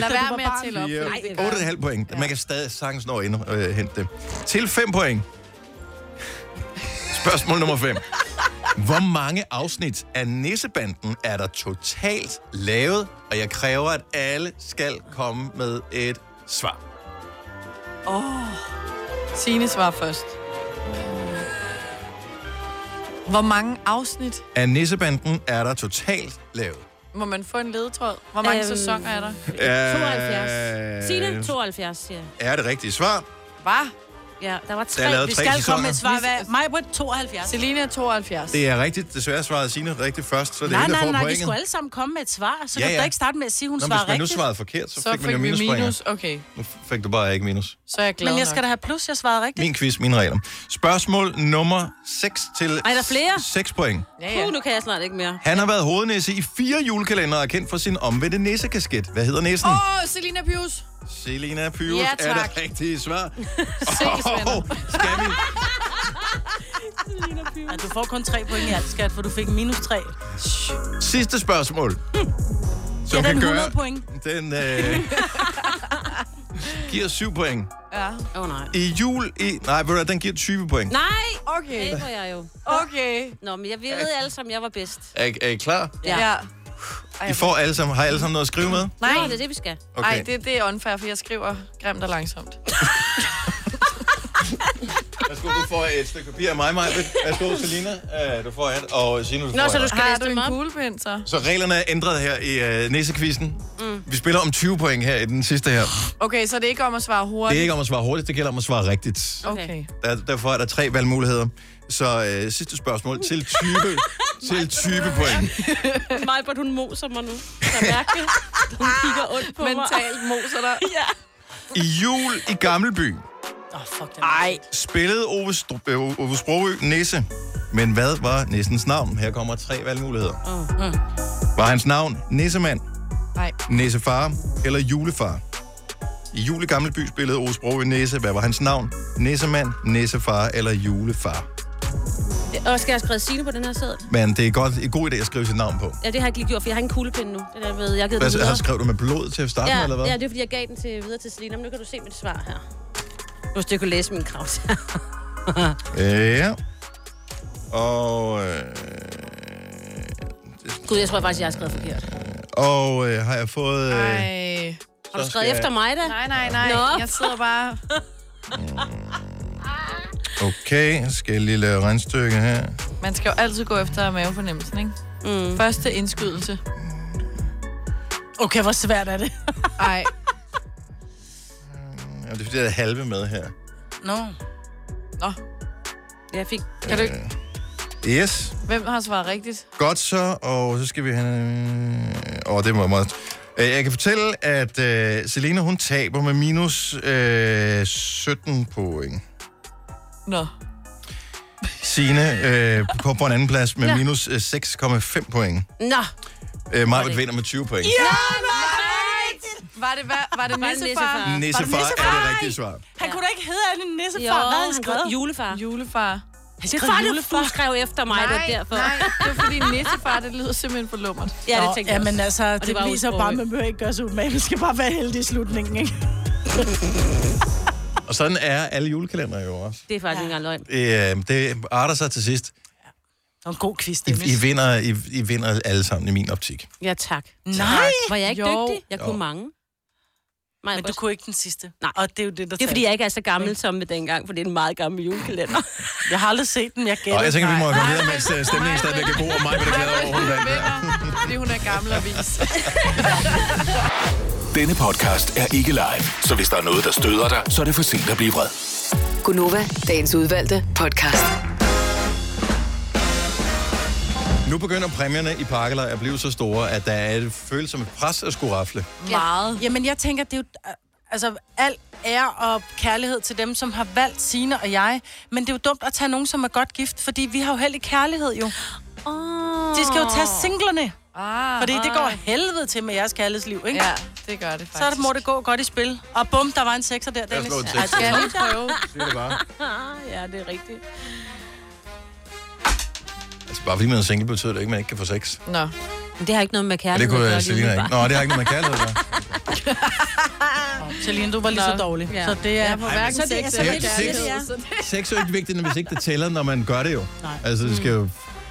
Speaker 2: være med at tælle op. fordi det gør-
Speaker 1: 8,5 point. Man kan stadig sagtens nå at ind- øh, hente det. Til 5 point. Spørgsmål nummer 5. Hvor mange afsnit af Nissebanden er der totalt lavet? Og jeg kræver, at alle skal komme med et svar.
Speaker 2: Signe svarer først. Hvor mange afsnit
Speaker 1: Af Nissebanden er der totalt lavet.
Speaker 2: må man få en ledetråd? Hvor mange
Speaker 4: Øhm.
Speaker 2: sæsoner er der?
Speaker 4: 72.
Speaker 1: Øh.
Speaker 4: Signe, 72, siger jeg.
Speaker 1: Er det rigtige svar?
Speaker 2: Hvad?
Speaker 4: Ja, der var tre.
Speaker 1: Der er lavet
Speaker 3: Vi
Speaker 1: tre
Speaker 3: skal komme med
Speaker 1: sæsoner.
Speaker 3: et svar. Hvad? Mig på 72.
Speaker 2: Selina er 72.
Speaker 1: Det er rigtigt. Desværre svarede Signe rigtigt først, så det er
Speaker 3: Nej,
Speaker 1: hende, der
Speaker 3: nej,
Speaker 1: får
Speaker 3: nej, vi
Speaker 1: pointet.
Speaker 3: skulle alle sammen komme med et svar. Så
Speaker 1: Ja,
Speaker 3: ja, kan du
Speaker 1: ja.
Speaker 3: da ikke starte med at sige, at hun
Speaker 1: Nå, men
Speaker 3: svarer
Speaker 1: hvis man nu
Speaker 3: rigtigt.
Speaker 1: svarede forkert, så,
Speaker 2: Så
Speaker 1: fik man jo
Speaker 2: fik vi
Speaker 1: minuspoint.
Speaker 2: minus. Okay,
Speaker 1: Nu fik du bare ikke minus.
Speaker 2: så er jeg glad
Speaker 3: Men jeg skal da have plus, jeg svarede rigtigt.
Speaker 1: Min quiz, mine regler. Spørgsmål nummer 6 til
Speaker 4: Ej, der er flere.
Speaker 1: 6 point.
Speaker 2: Ja,
Speaker 4: Puh,
Speaker 2: ja.
Speaker 4: nu kan jeg snart ikke mere.
Speaker 1: Han har været hovednæse i fire julekalendere og er kendt for sin omvendte næsekasket. Hvad hedder næsen? Oh.
Speaker 2: Åh, oh, Selina Pius.
Speaker 1: Selina Pyrus
Speaker 2: Ja,
Speaker 1: er
Speaker 2: tak.
Speaker 1: det rigtige svar.
Speaker 2: Ses, venner.
Speaker 1: skal vi?
Speaker 3: Ja, du får kun tre point i alt, skat, for du fik minus tre.
Speaker 1: Sidste spørgsmål. Som
Speaker 3: den 100 point.
Speaker 1: Den øh, giver 7 point.
Speaker 2: Ja.
Speaker 4: Åh, oh, nej.
Speaker 1: I jul... I, nej, ved du hvad, den giver 20 point.
Speaker 4: Nej!
Speaker 2: Okay.
Speaker 4: Det var jeg jo.
Speaker 2: Okay.
Speaker 4: Nå, men jeg ved alle sammen, jeg var bedst.
Speaker 1: Er, I- er I klar?
Speaker 4: Ja.
Speaker 2: Ja.
Speaker 1: I får alle sammen, har I alle sammen noget at skrive med?
Speaker 4: Nej. Nå, det er det, vi skal.
Speaker 2: Nej, okay. det, det er unfair, for jeg skriver grimt og langsomt.
Speaker 1: Værsgo, du får et stykke papir af mig, Maja. Værsgo, Selina. Øh, du får et, og Signe, du får et.
Speaker 4: du
Speaker 2: Har du en kuglepind, så?
Speaker 1: Så reglerne er ændret her i øh, næsekvisten. Mm. Vi spiller om 20 point her i den sidste her.
Speaker 2: Okay, så det er ikke om at svare
Speaker 1: Det er
Speaker 2: hurtigt?
Speaker 1: ikke om at svare hurtigt, det gælder om at svare rigtigt.
Speaker 2: Okay.
Speaker 1: Der, derfor er der tre valgmuligheder. Så øh, sidste spørgsmål til 20, til 20 point.
Speaker 4: Mig, hvor hun moser mig nu. Jeg mærker det. Hun kigger ondt på mig.
Speaker 2: Mentalt moser dig.
Speaker 4: Ja.
Speaker 1: I jul i Gammelby
Speaker 3: Åh, oh, fuck den. Ej.
Speaker 1: spillede Ove, Stru- øh, Ove Sprogø Nisse. Men hvad var Nissens navn? Her kommer tre valgmuligheder. Var hans navn Nissemand,
Speaker 2: Nej.
Speaker 1: Nissefar eller Julefar? I jul i Gammelby spillede Ove Sprogø Nisse. Hvad var hans navn? Nissemand, Nissefar eller Julefar?
Speaker 4: Og skal jeg skrive Signe på den her sæde?
Speaker 1: Men det er godt, en god idé at skrive sit navn på.
Speaker 4: Ja, det har jeg ikke lige gjort, for jeg har en kuglepind nu. Det der ved, jeg har givet den
Speaker 1: Hvad, har
Speaker 4: videre.
Speaker 1: skrevet du med blod til at starte med, eller hvad?
Speaker 4: Ja, ja, det er fordi, jeg gav den til, videre til Selina, men nu kan du se mit svar her. Hvis du kunne læse min krav.
Speaker 1: Øh, ja. Og, øh,
Speaker 4: Gud, jeg tror faktisk, jeg har skrevet forkert.
Speaker 1: og øh, har jeg fået... Øh,
Speaker 2: Ej.
Speaker 4: Har du skrevet efter mig, da?
Speaker 2: Nej, nej, nej.
Speaker 4: Nå.
Speaker 2: Jeg sidder bare...
Speaker 1: Okay, skal jeg lige lave regnstykke her.
Speaker 2: Man skal jo altid gå efter mavefornemmelsen, ikke? Mm. Første indskydelse.
Speaker 3: Okay, hvor svært er det?
Speaker 2: Ej,
Speaker 1: Ja, det er fordi, der er halve med her.
Speaker 3: Nå.
Speaker 4: Jeg fik...
Speaker 2: kan du ikke?
Speaker 1: Yes,
Speaker 2: Hvem har svaret rigtigt?
Speaker 1: godt så, og så skal vi have... Åh, oh, det var meget... Øh, Jeg kan fortælle, at øh, Selena, hun taber med minus øh, 17 point.
Speaker 2: Nå.
Speaker 1: Signe øh, kom på en anden plads med minus øh, 6,5 point.
Speaker 4: Nå,
Speaker 1: Øh, Marvind vinder med 20 point.
Speaker 2: Var det, var, var det
Speaker 4: Var det
Speaker 2: nissefar?
Speaker 4: nissefar?
Speaker 1: Nissefar er det rigtige svar.
Speaker 3: Han kunne da ikke hedde alle nisse
Speaker 4: jo,
Speaker 3: for, hvad han
Speaker 4: han
Speaker 3: skrev.
Speaker 4: skrev julefar.
Speaker 2: Julefar.
Speaker 4: Det er fordi, du- du skrev efter mig, det er derfor.
Speaker 2: nej, det er fordi nissefar, det lyder simpelthen for lummert.
Speaker 4: Ja, det
Speaker 3: Nå,
Speaker 4: tænkte jeg
Speaker 3: Jamen
Speaker 4: også.
Speaker 3: altså, det,
Speaker 4: det var
Speaker 3: det viser
Speaker 4: udsproget.
Speaker 3: bare, at man behøver ikke gøre sig umage. Man skal bare være heldig i slutningen, ikke?
Speaker 1: Og sådan er alle julekalendere jo også.
Speaker 4: Det er faktisk ikke engang løgn.
Speaker 1: Øh, det arter sig til sidst.
Speaker 3: Det var en god quiz,
Speaker 1: I,
Speaker 3: Dennis.
Speaker 1: I, vinder, I, I vinder alle sammen i min optik.
Speaker 4: Ja, tak.
Speaker 3: Nej!
Speaker 4: Var jeg ikke
Speaker 2: Jo.
Speaker 4: dygtig? Jeg
Speaker 1: Jo.
Speaker 4: kunne mange. Nej,
Speaker 3: Men du kunne ikke den sidste.
Speaker 4: Nej.
Speaker 3: Og det er jo det, der
Speaker 4: Det er fordi, jeg ikke er så gammel som med dengang, for det er en meget gammel julekalender.
Speaker 3: Jeg har aldrig set den, jeg
Speaker 1: Og
Speaker 3: gætter.
Speaker 1: jeg tænker, vi må komme videre, mens øh, stemningen stadigvæk er god, og mig vil glæde over, at hun vandt.
Speaker 2: Vinder, fordi hun er gammel og vis.
Speaker 7: Denne podcast er ikke live, så hvis der er noget, der støder dig, så er det for sent at blive vred.
Speaker 6: Gunova, dagens udvalgte podcast.
Speaker 1: Nu begynder præmierne i pakkelej at blive så store, at der er et følsomt pres at skulle rafle.
Speaker 3: meget. Jamen, jeg tænker, det er jo... Altså, al ære og kærlighed til dem, som har valgt Sine og jeg. Men det er jo dumt at tage nogen, som er godt gift, fordi vi har jo held i kærlighed, jo.
Speaker 4: Oh.
Speaker 3: De skal jo tage singlerne,
Speaker 2: Ah,
Speaker 3: fordi det går helvede til med jeres kærlighedsliv, ikke?
Speaker 2: Ja,
Speaker 3: Ja.
Speaker 2: det gør det faktisk.
Speaker 3: Så er det, må det gå godt i spil. Og bum, der var en sekser der,
Speaker 1: Jeg
Speaker 3: Dennis.
Speaker 1: slår en
Speaker 3: Ej,
Speaker 1: tekst.
Speaker 2: Skal jeg lige prøve?
Speaker 1: Siger det bare.
Speaker 4: altså- [LAUGHS] Ja, det er rigtigt.
Speaker 1: Altså, bare fordi man er single, betyder det ikke, at man ikke kan få sex.
Speaker 2: Nå.
Speaker 4: [LAUGHS] Men det har ikke noget med
Speaker 1: Ja, det
Speaker 4: kærlighed.
Speaker 1: kunne
Speaker 4: at gøre,
Speaker 1: øh, Selina ikke.
Speaker 4: umiddelbart.
Speaker 1: Nå, det har ikke noget med kærlighed
Speaker 4: [LAUGHS]
Speaker 1: at gøre.
Speaker 3: Celine, du var lige så
Speaker 2: Nå.
Speaker 3: dårlig.
Speaker 4: Ja.
Speaker 3: Så det
Speaker 2: Jeg
Speaker 3: er...
Speaker 2: er på hverken
Speaker 4: det er-
Speaker 2: sex
Speaker 4: så
Speaker 2: eller
Speaker 1: det er-
Speaker 2: kærlighed.
Speaker 4: så
Speaker 1: Sex er jo ikke vigtigt, hvis ikke det tæller, når man gør det jo. Nej. Altså, det skal
Speaker 4: Mm.
Speaker 1: jo...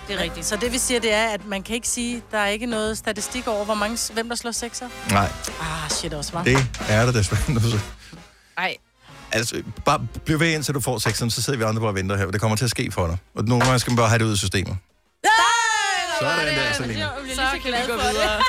Speaker 4: Det er rigtigt.
Speaker 3: Så det vi siger, det er, at man kan ikke sige, der er ikke noget statistik over, hvor mange, hvem der slår sekser.
Speaker 1: Nej,
Speaker 3: Ah, shit også, var.
Speaker 1: det er der desværre. noget så-
Speaker 2: Ej,
Speaker 1: Altså, bare bliv ved indtil du får sexen, så sidder vi andre bare og venter her. Det kommer til at ske for dig. Og nogle gange skal man bare have det ud af systemet. Sådan der, Selina.
Speaker 2: så kan vi gå videre.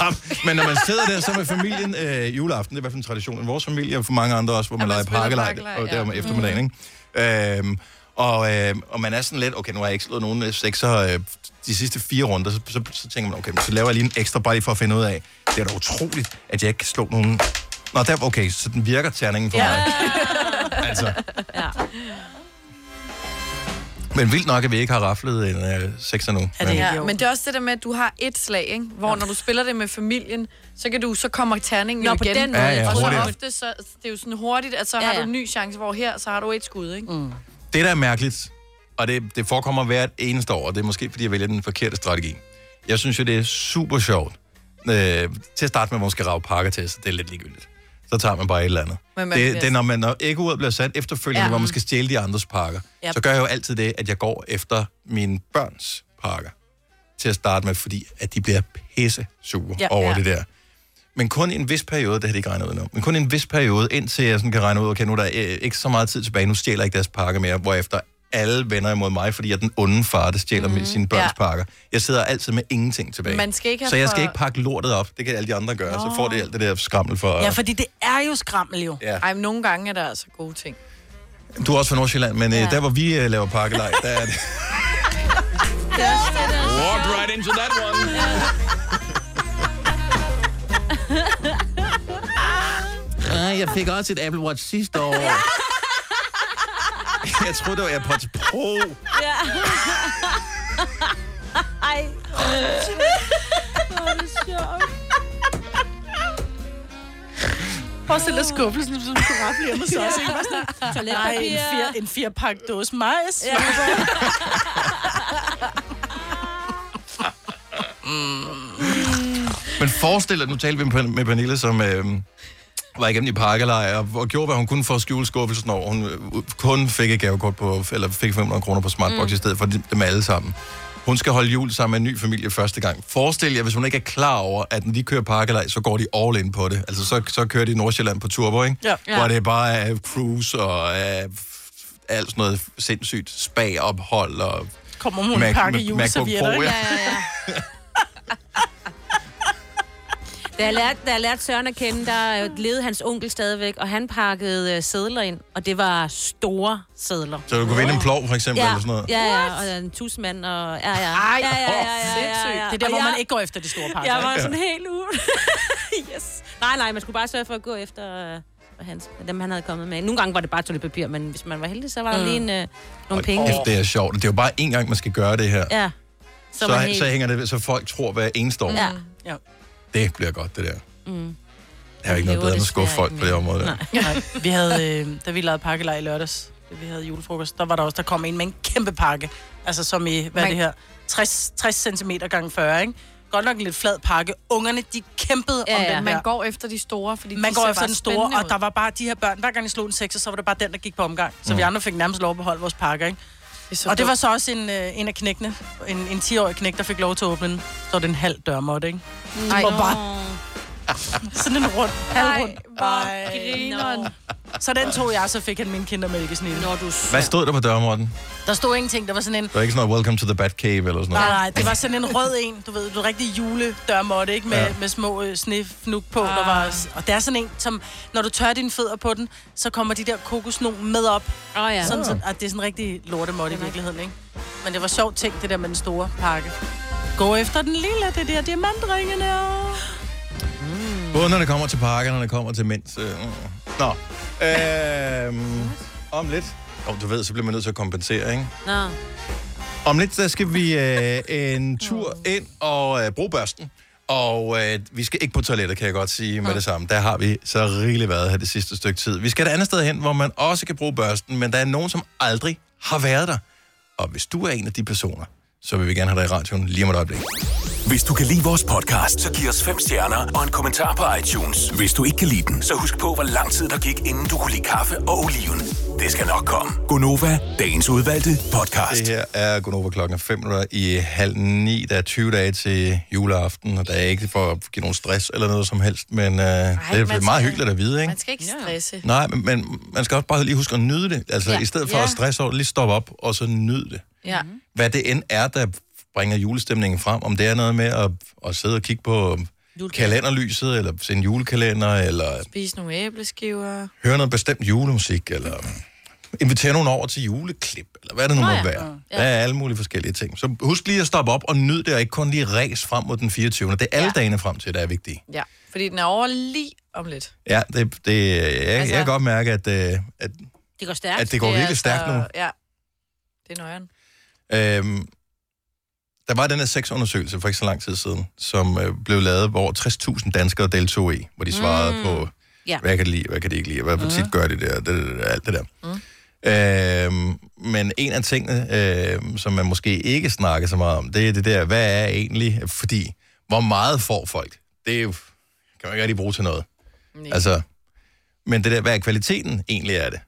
Speaker 1: Ham. Men når man sidder der så med familien øh, juleaften, det er i hvert fald en tradition i vores familie, og for mange andre også, hvor man,
Speaker 2: man
Speaker 1: leger
Speaker 2: spiller
Speaker 1: pakkelej,
Speaker 2: pakkelej,
Speaker 1: og det er
Speaker 2: ja. Mm.
Speaker 1: om eftermiddagen, ikke? Øhm, og, øh, og man er sådan lidt, okay, nu har jeg ikke slået nogen øh, sekser øh, de sidste fire runder, så, så, så tænker man, okay, men så laver jeg lige en ekstra bare lige for at finde ud af, det er da utroligt, at jeg ikke kan slå nogen... Nå, der, okay, så den virker terningen for ja. mig. altså.
Speaker 4: Ja.
Speaker 1: Men vildt nok, at vi ikke har raflet en øh, sekser nu.
Speaker 3: Er det
Speaker 1: Men-
Speaker 3: her?
Speaker 2: Ja, men det er også det der med, at du har et slag, ikke? hvor når du spiller det med familien, så kan du, så kommer terningen
Speaker 4: Nå,
Speaker 2: jo
Speaker 4: på
Speaker 2: igen.
Speaker 4: den måde,
Speaker 1: Ja, ja,
Speaker 2: og så
Speaker 1: hurtigere.
Speaker 2: ofte, så, det er jo sådan hurtigt, at så
Speaker 4: Ja,
Speaker 2: har
Speaker 4: ja.
Speaker 2: du en ny chance, hvor her, så har du et skud, ikke? Mm.
Speaker 1: Det, der er mærkeligt, og det, det forekommer hvert eneste år, og det er måske, fordi jeg vælger den forkerte strategi. Jeg synes jo, det er super sjovt. Øh, til at starte med, hvor man skal rave pakker til, så det er lidt ligegyldigt. Så tager man bare et eller andet.
Speaker 2: Men man
Speaker 1: det,
Speaker 2: bliver-
Speaker 1: det, er, når, man, når æggeuret bliver sat efterfølgende, ja.
Speaker 2: Ja.
Speaker 1: hvor man skal stjæle de andres pakker, yep. så gør jeg jo altid det, at jeg går efter mine børns pakker til at starte med, fordi at de bliver pisse sure ja,
Speaker 3: Ja.
Speaker 1: over ja.
Speaker 3: Ja.
Speaker 1: det der. Men kun i en vis periode, det har de ikke regnet ud endnu, men kun i en vis periode, indtil jeg sådan kan regne ud, okay, nu er der øh, ikke så meget tid tilbage, nu stjæler jeg ikke deres pakke mere, hvorefter alle vender imod mig, fordi jeg er den onde far, der stjæler mm, sine børns ja.
Speaker 2: ja.
Speaker 1: pakker. Jeg sidder altid med ingenting tilbage.
Speaker 2: Man skal ikke have
Speaker 1: så jeg skal
Speaker 2: for-
Speaker 1: ikke pakke lortet op, det kan alle de andre gøre, så får det alt det der skrammel for...
Speaker 3: Ja, fordi det er jo skrammel jo.
Speaker 1: ja.
Speaker 2: Ej, men nogle gange er der altså gode ting.
Speaker 1: Du er også fra Nordsjælland, men ja. øh, der hvor vi øh, laver pakkelej, der er [LAUGHS] det... Walk right into that one. Ah, jeg fik også et Apple Watch sidste år. [LAUGHS] Jeg troede, det var AirPods Pro.
Speaker 4: Ej. Hvor er det sjovt.
Speaker 3: Prøv at stille skuffelsen, som du rafle hjemme så også, ikke? Nej, en,
Speaker 4: Toiletpapir.
Speaker 3: fire, en firepakke dåse majs. Ja.
Speaker 1: Men forestil dig, nu talte vi med Pern- med Pernille, som øh, var igennem i pakkelejr, og, og gjorde, hvad hun kunne for at skjule skuffelsen over. Hun øh, kun fik et gavekort på, eller fik 500 kroner på Smartbox mm. i stedet for dem alle sammen. Hun skal holde jul sammen med en ny familie første gang. Forestil jer, hvis hun ikke er klar over, at når de kører pakkelej, så går de all in på det. Altså, så, så kører de i Nordsjælland på turbo, ikke?
Speaker 3: Ja.
Speaker 1: Hvor det bare er cruise og øh, f- alt sådan noget sindssygt spa-ophold og...
Speaker 3: Kommer hun med
Speaker 1: Mac-
Speaker 3: en pakke
Speaker 1: Mac-
Speaker 3: juleservietter,
Speaker 1: Macbook Pro,
Speaker 3: ikke?
Speaker 1: ja.
Speaker 4: Ja, ja, ja. [LAUGHS] Da jeg, lærte, da jeg lærte Søren at kende, der øh, levede hans onkel stadigvæk, og han pakkede øh, sædler ind, og det var store sædler.
Speaker 1: Så du kunne vinde en plov, for eksempel,
Speaker 4: Ja,
Speaker 1: eller sådan noget.
Speaker 4: ja, ja, og en tusmand, og ja, ja. Ej, ja, ja, ja, ja, ja, ja.
Speaker 3: Det er der,
Speaker 4: Og
Speaker 3: hvor
Speaker 4: jeg,
Speaker 3: man ikke går efter de store
Speaker 1: Ah,
Speaker 3: pakker.
Speaker 4: Jeg
Speaker 3: ikke?
Speaker 4: var sådan helt ude. [LAUGHS] yes. Nej, nej, man skulle bare sørge for at gå efter øh, hans, dem, han havde kommet med. Nogle gange var det bare toiletpapir, men hvis man var heldig, så var der lige en, øh, nogle penge.
Speaker 1: Kæft, det er sjovt. Det er jo bare én gang, man skal gøre det her.
Speaker 4: Ja. Så,
Speaker 1: så,
Speaker 4: man
Speaker 1: så hænger det ved, så folk tror hver eneste år.
Speaker 4: Ja.
Speaker 1: Det bliver godt, det der. Mm. Der er jo ikke noget
Speaker 4: lever
Speaker 1: bedre end at
Speaker 4: desværre
Speaker 1: skuffe folk
Speaker 4: ikke
Speaker 1: på det
Speaker 4: mere.
Speaker 1: område. Der.
Speaker 4: Nej.
Speaker 3: Nej, vi havde, øh, da vi lavede pakkelej i lørdags, da vi havde julefrokost, der var der også, der kom en med en kæmpe pakke. Altså som i, hvad er det her, 60, 60 cm gange 40, ikke? Godt nok en lidt flad pakke. Ungerne, de kæmpede
Speaker 4: Ja,
Speaker 3: om
Speaker 4: ja.
Speaker 3: den
Speaker 2: Man
Speaker 3: her.
Speaker 2: går efter de store, fordi
Speaker 3: Man
Speaker 2: de
Speaker 3: går
Speaker 2: ser
Speaker 3: efter
Speaker 2: bare
Speaker 3: den store,
Speaker 2: spændende
Speaker 3: og der
Speaker 2: ud.
Speaker 3: var bare de her børn. Hver gang de slog en sekser, så var det bare den, der gik på omgang. Så mm. vi andre fik nærmest lov at beholde vores pakker, ikke?
Speaker 2: er så
Speaker 3: Og det var
Speaker 2: dumt.
Speaker 3: så også en, øh, en af knækkene, en, en 10-årig knæk, der fik lov til at åbne den. Så var det en halv dørmåtte, ikke?
Speaker 2: Ej,
Speaker 3: Og bare [LAUGHS] sådan en rund, halv
Speaker 2: Ej,
Speaker 3: rund.
Speaker 2: hvor
Speaker 3: Ej.
Speaker 2: grineren.
Speaker 3: Så den tog jeg, så fik han min kindermælkesnit.
Speaker 4: Når du
Speaker 1: Hvad stod der på dørmånden?
Speaker 3: Der stod ingenting, der var sådan en...
Speaker 1: Der var ikke sådan noget Welcome to the Batcave eller sådan
Speaker 3: Nej,
Speaker 1: noget.
Speaker 3: nej, det var sådan en rød en, du ved, du rigtig juledørmåtte, ikke? Med,
Speaker 1: Ja.
Speaker 3: ja. med små øh, snefnuk på, ah. der var... Og det er sådan en, som, når du tør dine fødder på den, så kommer de der kokosnogen med op.
Speaker 4: Åh, oh, ja.
Speaker 3: Ja. Sådan, så, at det er sådan en rigtig lortemåtte i virkeligheden, ikke? Men det var sjovt ting, det der med den store pakke. Gå efter den lille, det der diamantringene.
Speaker 1: Både når det kommer til pakker, når det kommer til mænd. Øh, nå. Øhm, om lidt. Om du ved, så bliver man nødt til at kompensere, ikke?
Speaker 4: Nå.
Speaker 1: Om lidt, der skal vi øh, en tur ind og øh, bruge børsten. Og øh, vi skal ikke på toilettet, kan jeg godt sige med det samme. Der har vi så rigeligt været her det sidste stykke tid. Vi skal et andet sted hen, hvor man også kan bruge børsten, men der er nogen, som aldrig har været der. Og hvis du er en af de personer, så vil vi gerne have dig i radioen lige om et øjeblik.
Speaker 7: Hvis du kan lide vores podcast, så giv os fem stjerner og en kommentar på iTunes. Hvis du ikke kan lide den, så husk på, hvor lang tid der gik, inden du kunne lide kaffe og oliven. Det skal nok komme. Gonova, dagens udvalgte podcast.
Speaker 1: Det her er Gunova klokken 5 minutter i halv ni. Der er 20 dage til juleaften, og der er ikke for at give nogen stress eller noget som helst, men øh, Ej, det er
Speaker 2: man skal-
Speaker 1: meget hyggeligt at vide, ikke?
Speaker 2: Man skal ikke stresse.
Speaker 1: Nej, men, men man skal også bare lige huske at nyde det. Altså, ja.
Speaker 4: Ja.
Speaker 1: i stedet for
Speaker 2: Ja.
Speaker 1: at stresse over det, lige stoppe op og så nyde det.
Speaker 2: Ja.
Speaker 1: Hvad det end er, der bringer julestemningen frem, om det er noget med at, at sidde og kigge på kalenderlyset, eller se en julekalender, eller
Speaker 2: Spise nogle æbleskiver.
Speaker 1: høre noget bestemt julemusik, eller mm, invitere nogen over til juleklip, eller hvad det nu
Speaker 4: Nå
Speaker 1: må
Speaker 4: ja.
Speaker 1: være. Der er alle mulige forskellige ting. Så husk lige at stoppe op og nyd det, og ikke kun lige ræs frem mod den 24. Det er alle
Speaker 2: Ja.
Speaker 1: dagene frem til, der er vigtige.
Speaker 2: Ja, fordi den er over lige om lidt.
Speaker 1: Ja, det, det, jeg, altså,
Speaker 2: Altså-
Speaker 1: jeg kan godt mærke, at, øh, at,
Speaker 4: Det altså- går stærkt.
Speaker 1: at det går
Speaker 2: er
Speaker 1: virkelig stærkt nu.
Speaker 2: Ja, det er nøjeren.
Speaker 1: Øhm, der var den her sexundersøgelse for ikke så lang tid siden, som øh, blev lavet, hvor 60.000 danskere deltog i, hvor de svarede mm. på,
Speaker 4: Ja.
Speaker 1: hvad kan de lide, hvad kan de ikke lide, hvad for tit gør de det, og det, det, det, alt det der. Mm. Øhm, men en af tingene, øh, som man måske ikke snakker så meget om, det er det der, hvad er egentlig, fordi, hvor meget får folk? Det er jo, kan man ikke rigtig bruge til noget.
Speaker 2: Nej.
Speaker 1: Altså, men det der, hvad er kvaliteten egentlig af det?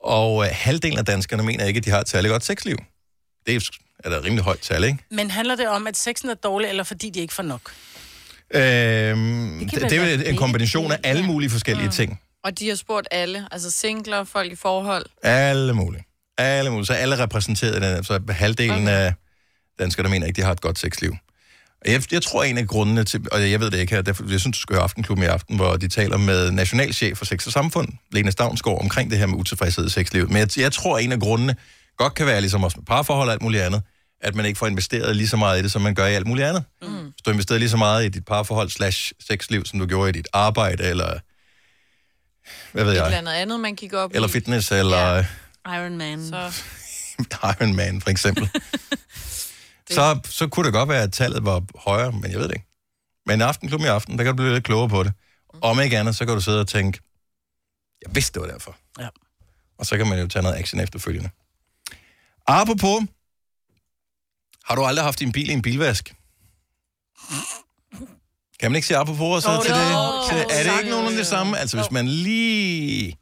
Speaker 1: Og øh, halvdelen af danskerne mener ikke, at de har et særligt godt sexliv. Det er, er da rimelig højt tal, ikke?
Speaker 3: Men handler det om, at sexen er dårlig, eller fordi de ikke får nok?
Speaker 1: Øhm, det,
Speaker 4: kan vel
Speaker 1: det er
Speaker 4: være
Speaker 1: vel en
Speaker 4: begge
Speaker 1: kombination af
Speaker 4: dele,
Speaker 1: alle
Speaker 4: ja.
Speaker 1: mulige forskellige ting.
Speaker 2: Og de har spurgt alle, altså singler, folk i forhold.
Speaker 1: Alle mulige. Alle mulige. Så alle er repræsenteret i den her. Så halvdelen okay. af danskere, der mener ikke, de har et godt sexliv. Og Jeg, jeg tror, en af grundene til, og jeg ved det ikke her, derfor, jeg synes, du skal høre Aftenklubben i aften, hvor de taler med nationalchef for Sex og Samfund, Lene Stavnsgaard, omkring det her med utilfredshed i sexlivet. Men jeg, jeg tror, en af grundene godt kan være, ligesom også med parforhold og alt muligt andet, at man ikke får investeret lige så meget i det, som man gør i alt muligt andet. Mm. Hvis du investerer lige så meget i dit parforhold slash sexliv, som du gjorde i dit arbejde, eller hvad ved
Speaker 2: Et
Speaker 1: jeg,
Speaker 2: eller andet andet, man kigger op
Speaker 1: eller
Speaker 2: i.
Speaker 1: fitness, eller... Ja.
Speaker 2: Ja.
Speaker 4: Iron Man. Så.
Speaker 1: [LAUGHS]
Speaker 2: Så
Speaker 1: Iron Man, for
Speaker 3: [LAUGHS]
Speaker 1: eksempel. så, så kunne det godt være, at tallet var højere, men jeg ved det ikke. Men aftenklubben i aften, der kan du blive lidt klogere på det. Om ikke andet, så kan du sidde og tænke, jeg vidste, det var derfor.
Speaker 3: Ja.
Speaker 1: Og så kan man jo tage noget action efterfølgende. Apropos, har du aldrig haft din bil i en bilvask? Kan man ikke sige apropos og så
Speaker 3: Jo,
Speaker 1: til
Speaker 3: jo,
Speaker 1: det?
Speaker 3: det kan
Speaker 1: Til,
Speaker 3: man
Speaker 1: er det ikke
Speaker 3: sagtens.
Speaker 1: nogen af det samme? Altså, hvis man lige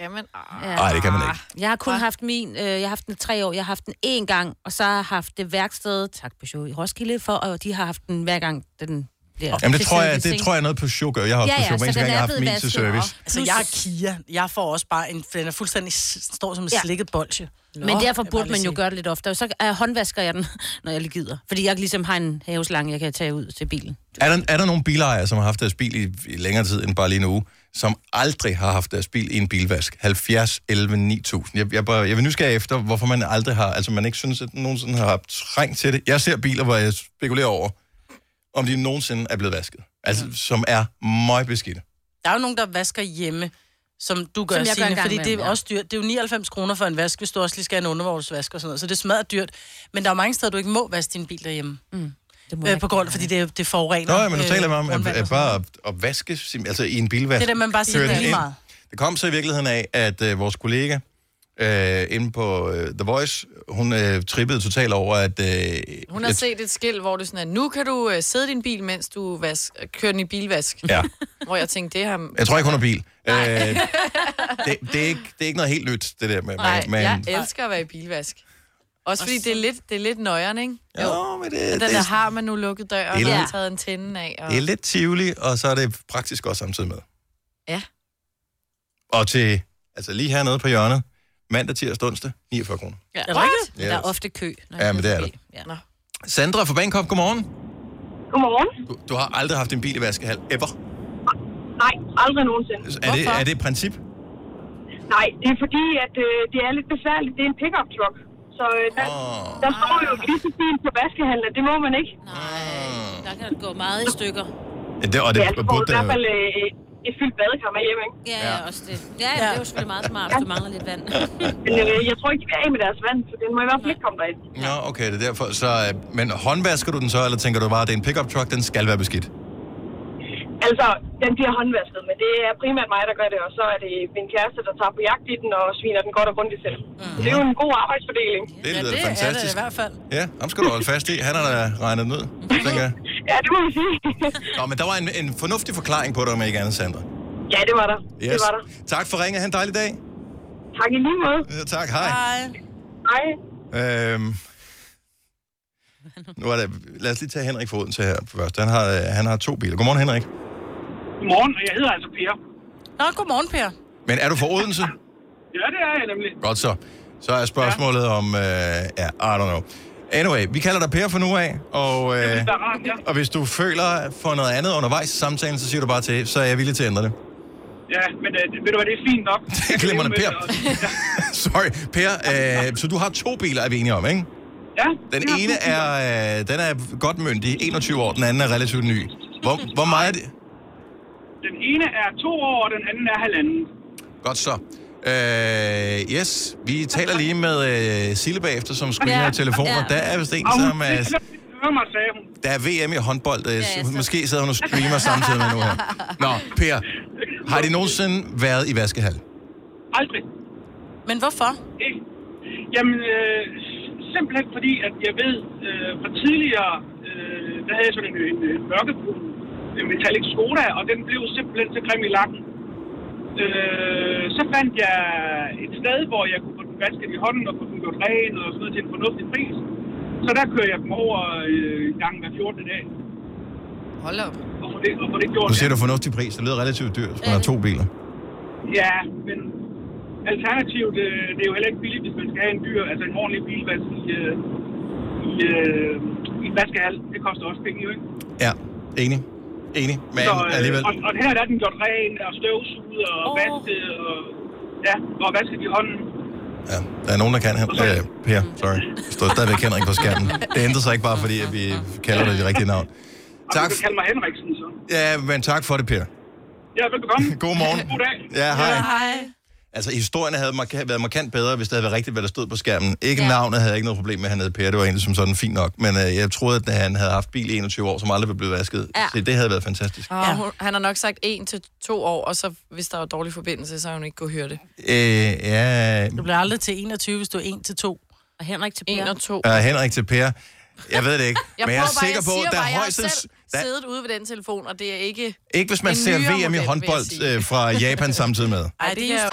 Speaker 2: Kan man? Ah,
Speaker 4: Ja.
Speaker 1: Nej, det kan man ikke.
Speaker 4: Jeg har kun
Speaker 2: Hva?
Speaker 4: haft min, øh, jeg har haft den i tre år, jeg har haft den én gang, og så har jeg haft det værksted, tak Peugeot, i Roskilde, for, og de har haft den hver gang, den bliver...
Speaker 1: Jamen, det
Speaker 4: til
Speaker 1: tror jeg, det
Speaker 4: servicing.
Speaker 1: tror jeg er noget på sugar. Jeg har også
Speaker 4: Ja,
Speaker 1: på sugar,
Speaker 4: ja,
Speaker 1: men eneste
Speaker 4: så den
Speaker 1: gang, jeg
Speaker 4: er
Speaker 1: har haft
Speaker 4: blevet
Speaker 1: min til
Speaker 4: vasket
Speaker 1: service.
Speaker 4: op.
Speaker 3: Altså, jeg er Kia. Jeg får også bare en... Den er fuldstændig... s- står som en
Speaker 4: Ja.
Speaker 3: ja. slikket bolsje.
Speaker 4: Men derfor
Speaker 3: jeg
Speaker 4: burde
Speaker 3: bare
Speaker 4: man
Speaker 3: lige
Speaker 4: jo
Speaker 3: sige.
Speaker 4: gøre det lidt oftere. Så øh, håndvasker jeg den, [LAUGHS] når jeg lige gider. Fordi jeg ligesom har en haveslange, jeg kan tage ud til bilen.
Speaker 1: Er der, er der nogle bilejere, som har haft deres bil i, i længere tid end bare lige en uge, som aldrig har haft deres bil i en bilvask? 70, 11, 9000. Jeg, jeg, bare, jeg vil nysgerrige efter, hvorfor man aldrig har, altså man ikke synes, at den nogensinde har haft trængt til det. Jeg ser biler, hvor jeg spekulerer over, om de nogensinde er blevet vasket. Altså, som er møgbeskidte.
Speaker 3: Der er jo nogen, der vasker hjemme, som du gør,
Speaker 4: Som
Speaker 3: som
Speaker 4: jeg gør
Speaker 3: Signe,
Speaker 4: en gang
Speaker 3: fordi det er
Speaker 4: imellem,
Speaker 3: ja.
Speaker 4: ja.
Speaker 3: også dyrt. Det er jo 99 kroner for en vask, hvis du også lige skal have en undervognsvask og sådan noget. Så det er smadret dyrt. Men der er jo mange steder, du ikke må vaske din bil derhjemme.
Speaker 4: Det må jeg
Speaker 3: Øh, på
Speaker 4: ikke.
Speaker 3: grund, fordi det, det forurener.
Speaker 1: Nå, ja, men nu
Speaker 3: øh,
Speaker 1: taler vi om, at,
Speaker 3: grundvand og
Speaker 1: at
Speaker 3: sådan noget.
Speaker 1: bare at, at vaske, sim- altså i en bilvask.
Speaker 3: Det er det, man bare siger,
Speaker 1: Kører
Speaker 3: det er
Speaker 1: den
Speaker 3: lige
Speaker 1: ind.
Speaker 3: meget.
Speaker 1: Det kom så i virkeligheden af, at øh, vores kollega øh, inde på øh, The Voice, hun øh, trippede totalt over, at... Øh,
Speaker 2: Hun har
Speaker 1: et-
Speaker 2: set et skilt, hvor det sådan er, nu kan du øh, sidde i din bil, mens du vask, øh, kører den i bilvask.
Speaker 1: Ja,
Speaker 2: Hvor jeg
Speaker 1: [LAUGHS]
Speaker 2: tænkte, det har...
Speaker 1: jeg tror ikke, hun har bil. Øh, det, det, er ikke, det er ikke noget helt nyt, det der med...
Speaker 2: Nej,
Speaker 1: med,
Speaker 2: jeg elsker at være i bilvask. Også fordi det er lidt, det er lidt nøjeren, ikke?
Speaker 1: jo, men det, det,
Speaker 2: Den der
Speaker 1: det,
Speaker 2: har man nu lukket døren,
Speaker 1: Det
Speaker 2: og
Speaker 1: er
Speaker 2: har
Speaker 4: lidt-
Speaker 2: taget antennen af. Og...
Speaker 1: det er lidt tivoli, og så er det praktisk også samtidig med.
Speaker 2: Ja.
Speaker 1: Og til, altså lige hernede på hjørnet, mandag, tirsdag, onsdag, 49 kroner.
Speaker 2: Ja.
Speaker 3: Er det rigtigt?
Speaker 1: Yes.
Speaker 4: Der er ofte kø. når
Speaker 1: Ja,
Speaker 4: jeg
Speaker 1: men
Speaker 4: kører
Speaker 1: det er
Speaker 4: forbi. Ja.
Speaker 1: Sandra fra Bangkok, godmorgen.
Speaker 9: Godmorgen.
Speaker 1: Du, du har aldrig haft en bil i vaskehal, ever.
Speaker 9: Nej, aldrig nogensinde.
Speaker 1: Er det, er det et princip?
Speaker 9: Nej, det er fordi, at øh, det er lidt besværligt. Det er en pickup truck. Så øh, der,
Speaker 1: Åh.
Speaker 9: der står jo visitbilen på vaskehandler. Det må man ikke.
Speaker 4: Nej, der kan det gå meget i stykker.
Speaker 1: Ja, det, og det,
Speaker 9: Ja, så får du
Speaker 1: burde
Speaker 9: altså i hvert
Speaker 1: det,
Speaker 9: fald øh, et fyldt badekar med hjem, ikke?
Speaker 4: Ja, ja. også det. Ja, ja, det er jo selvfølgelig meget smart, hvis du mangler lidt vand.
Speaker 9: Men øh, jeg tror ikke, de vil af med deres vand, så den må i hvert fald ikke komme derind.
Speaker 1: Nå, okay, det er derfor. Så, øh, men håndvasker du den så, eller tænker du bare, at det er en pickup truck, den skal være beskidt?
Speaker 9: Altså, den bliver håndvasket, men det er primært mig, der gør det, og så er det min kæreste, der tager på jagt i den og sviner den godt og grundigt selv.
Speaker 4: Mm.
Speaker 9: Så det er jo en god arbejdsfordeling.
Speaker 1: Det lyder
Speaker 3: det
Speaker 1: da
Speaker 3: er det
Speaker 1: fantastisk.
Speaker 3: i hvert fald.
Speaker 1: Ja, ham skal du holde fast i. Han har da regnet den ud, tænker jeg.
Speaker 9: Ja, det må vi sige.
Speaker 1: Nå, men der var en, en fornuftig forklaring på det, om ikke andet, Sandra.
Speaker 9: ja, det var der. Yes. Det var der.
Speaker 1: Tak for ringet. Ha' en dejlig dag.
Speaker 9: Tak i lige måde.
Speaker 1: Ja, tak, hej.
Speaker 3: Nej.
Speaker 9: Hej.
Speaker 1: Øhm, nu er det, lad os lige tage Henrik Foden til her først. Han har, øh, han har to biler. Godmorgen, Henrik.
Speaker 9: Godmorgen, og jeg hedder altså Per.
Speaker 3: Nå, godmorgen, Per.
Speaker 1: Men er du fra Odense?
Speaker 9: Ja, det er jeg nemlig.
Speaker 1: Godt så. Så er spørgsmålet ja. om... Øh, ja, I don't know. Anyway, vi kalder dig Per for nu af, og... Øh,
Speaker 9: Der er rart,
Speaker 1: [LAUGHS]
Speaker 9: ja.
Speaker 1: Og hvis du føler for noget andet undervejs i samtalen, så siger du bare til, så er jeg villig til at ændre det.
Speaker 9: Ja, men øh, ved du hvad, det er fint nok.
Speaker 1: Glimrende, Per.
Speaker 9: [LAUGHS] Ja,
Speaker 1: Sorry, Per, øh, så du har to biler, er vi enige om, ikke?
Speaker 9: ja,
Speaker 1: Den
Speaker 9: det
Speaker 1: ene
Speaker 9: fint nok.
Speaker 1: er, øh, den er godt myndig, 21 år, den anden er relativt ny. Hvor, hvor meget er det?
Speaker 9: Den ene er to år, og den anden er halvanden.
Speaker 1: Godt så. Øh, yes, vi taler lige med øh, Sille bagefter, som screener ja.
Speaker 4: Ja,
Speaker 1: telefoner.
Speaker 4: ja.
Speaker 1: Der er vist en,
Speaker 9: Og hun
Speaker 1: som er,
Speaker 9: hører mig, sagde hun.
Speaker 1: der er VM i håndbold. Øh,
Speaker 4: Ja,
Speaker 1: ja,
Speaker 4: så-
Speaker 1: måske sidder hun og streamer samtidig med nu her. Nå, Per, har de nogensinde været i vaskehal?
Speaker 9: Aldrig.
Speaker 3: Men hvorfor?
Speaker 9: Ikke. Jamen, øh, simpelthen fordi, at jeg ved øh, fra tidligere, øh, der havde jeg sådan en, en, en mørkebrun en metallic Skoda, og den blev simpelthen så grim i lakken. Øh, så fandt jeg et sted, hvor jeg kunne få den vasket i hånden og få den gjort ren og sådan noget til en fornuftig pris. Så der kører jeg dem over øh, en gang hver 14. dag
Speaker 2: Hold op.
Speaker 9: og få det, og få det gjort.
Speaker 1: Nu siger du fornuftig pris, det lyder relativt dyrt, hvis man har to biler.
Speaker 9: Ja, men alternativt, øh, det er jo heller ikke billigt, hvis man skal have en dyr, altså en ordentlig bilvask i, øh, i, øh, i en vaskehal. Det koster også penge, jo ikke?
Speaker 1: Ja, enig. Enig, men
Speaker 9: Så,
Speaker 1: øh, alligevel.
Speaker 9: og, og her der er den gjort ren og støvsuget og
Speaker 4: Åh.
Speaker 9: oh. vasket og, ja, og vasket i hånden.
Speaker 1: Ja, der er nogen, der kan her. Øh, per, sorry. Jeg står stadigvæk Henrik på skærmen. Det ændrer sig ikke bare, fordi at vi kalder det det rigtige navn.
Speaker 9: Og
Speaker 1: Tak.
Speaker 9: Du kan kalde mig Henriksen, så.
Speaker 1: Ja, men tak for det, Per.
Speaker 9: Ja, velbekomme.
Speaker 1: [LAUGHS] God morgen.
Speaker 9: God dag.
Speaker 1: Ja, hej.
Speaker 2: Hej.
Speaker 1: Altså, historien havde marka- været markant bedre, hvis det havde været rigtigt, hvad der stod på skærmen. Ikke ja.
Speaker 4: Ja.
Speaker 1: navnet havde jeg ikke noget problem med, han hed Per. Det var egentlig som sådan fint nok. Men øh, jeg troede, at han havde haft bil i 21 år, som aldrig blev blevet vasket. Ja.
Speaker 4: Ja.
Speaker 1: Så det havde været fantastisk.
Speaker 2: Og hun, han har nok sagt en til to år, og så hvis der var dårlig forbindelse, så har hun ikke kunne høre det.
Speaker 1: Øh, ja,
Speaker 3: Du bliver aldrig til 21, hvis du er 1 til 2.
Speaker 4: Og Henrik til
Speaker 2: En
Speaker 4: Per.
Speaker 2: og to.
Speaker 1: øh, Henrik til Per. Jeg ved det ikke.
Speaker 2: [LAUGHS] Jeg
Speaker 1: men jeg er
Speaker 2: prøver bare,
Speaker 1: sikker
Speaker 2: jeg
Speaker 1: på,
Speaker 2: siger
Speaker 1: der
Speaker 2: bare,
Speaker 1: er
Speaker 2: jeg har
Speaker 1: højst...
Speaker 2: selv
Speaker 1: Der,
Speaker 2: siddet ude ved den telefon, og det er ikke...
Speaker 1: ikke hvis man
Speaker 2: En
Speaker 1: ser
Speaker 2: nyere
Speaker 1: VM i
Speaker 2: model, vil jeg
Speaker 1: håndbold
Speaker 2: sige.
Speaker 1: øh, fra Japan samtidig med.
Speaker 2: Ej,
Speaker 3: det er
Speaker 2: jo...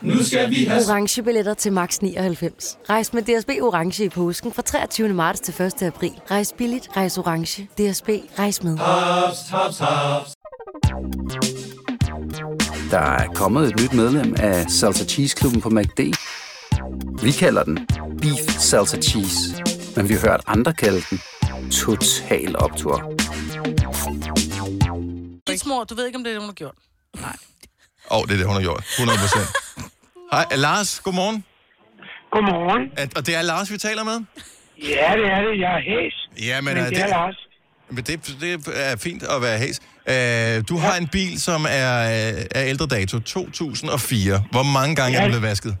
Speaker 10: Nu skal vi have...
Speaker 11: Orange billetter til max 99. Rejs med DSB Orange i påsken fra 23. marts til 1. april. Rejs billigt, rejs orange. DSB, rejs med.
Speaker 10: Haps, haps, haps.
Speaker 12: Der er kommet et nyt medlem af Salsa Cheese Klubben på MACD. Vi kalder den Beef Salsa Cheese, men vi har hørt andre kalde den Total Optor.
Speaker 3: Dit mor, du ved ikke, om det er det, hun har gjort.
Speaker 1: Åh, oh, det er det, hun har gjort. 100 procent. Hej, Lars. Godmorgen.
Speaker 10: Godmorgen.
Speaker 1: At, og det er Lars, vi taler med?
Speaker 10: Ja, det er det. Jeg er hæs.
Speaker 1: Jamen,
Speaker 10: Men
Speaker 1: øh,
Speaker 10: det er Lars.
Speaker 1: Men det, det er fint at være hæs. Øh, du har en bil, som er øh, af ældre dato, 2004. Hvor mange gange er
Speaker 10: Ja.
Speaker 1: den blevet vasket?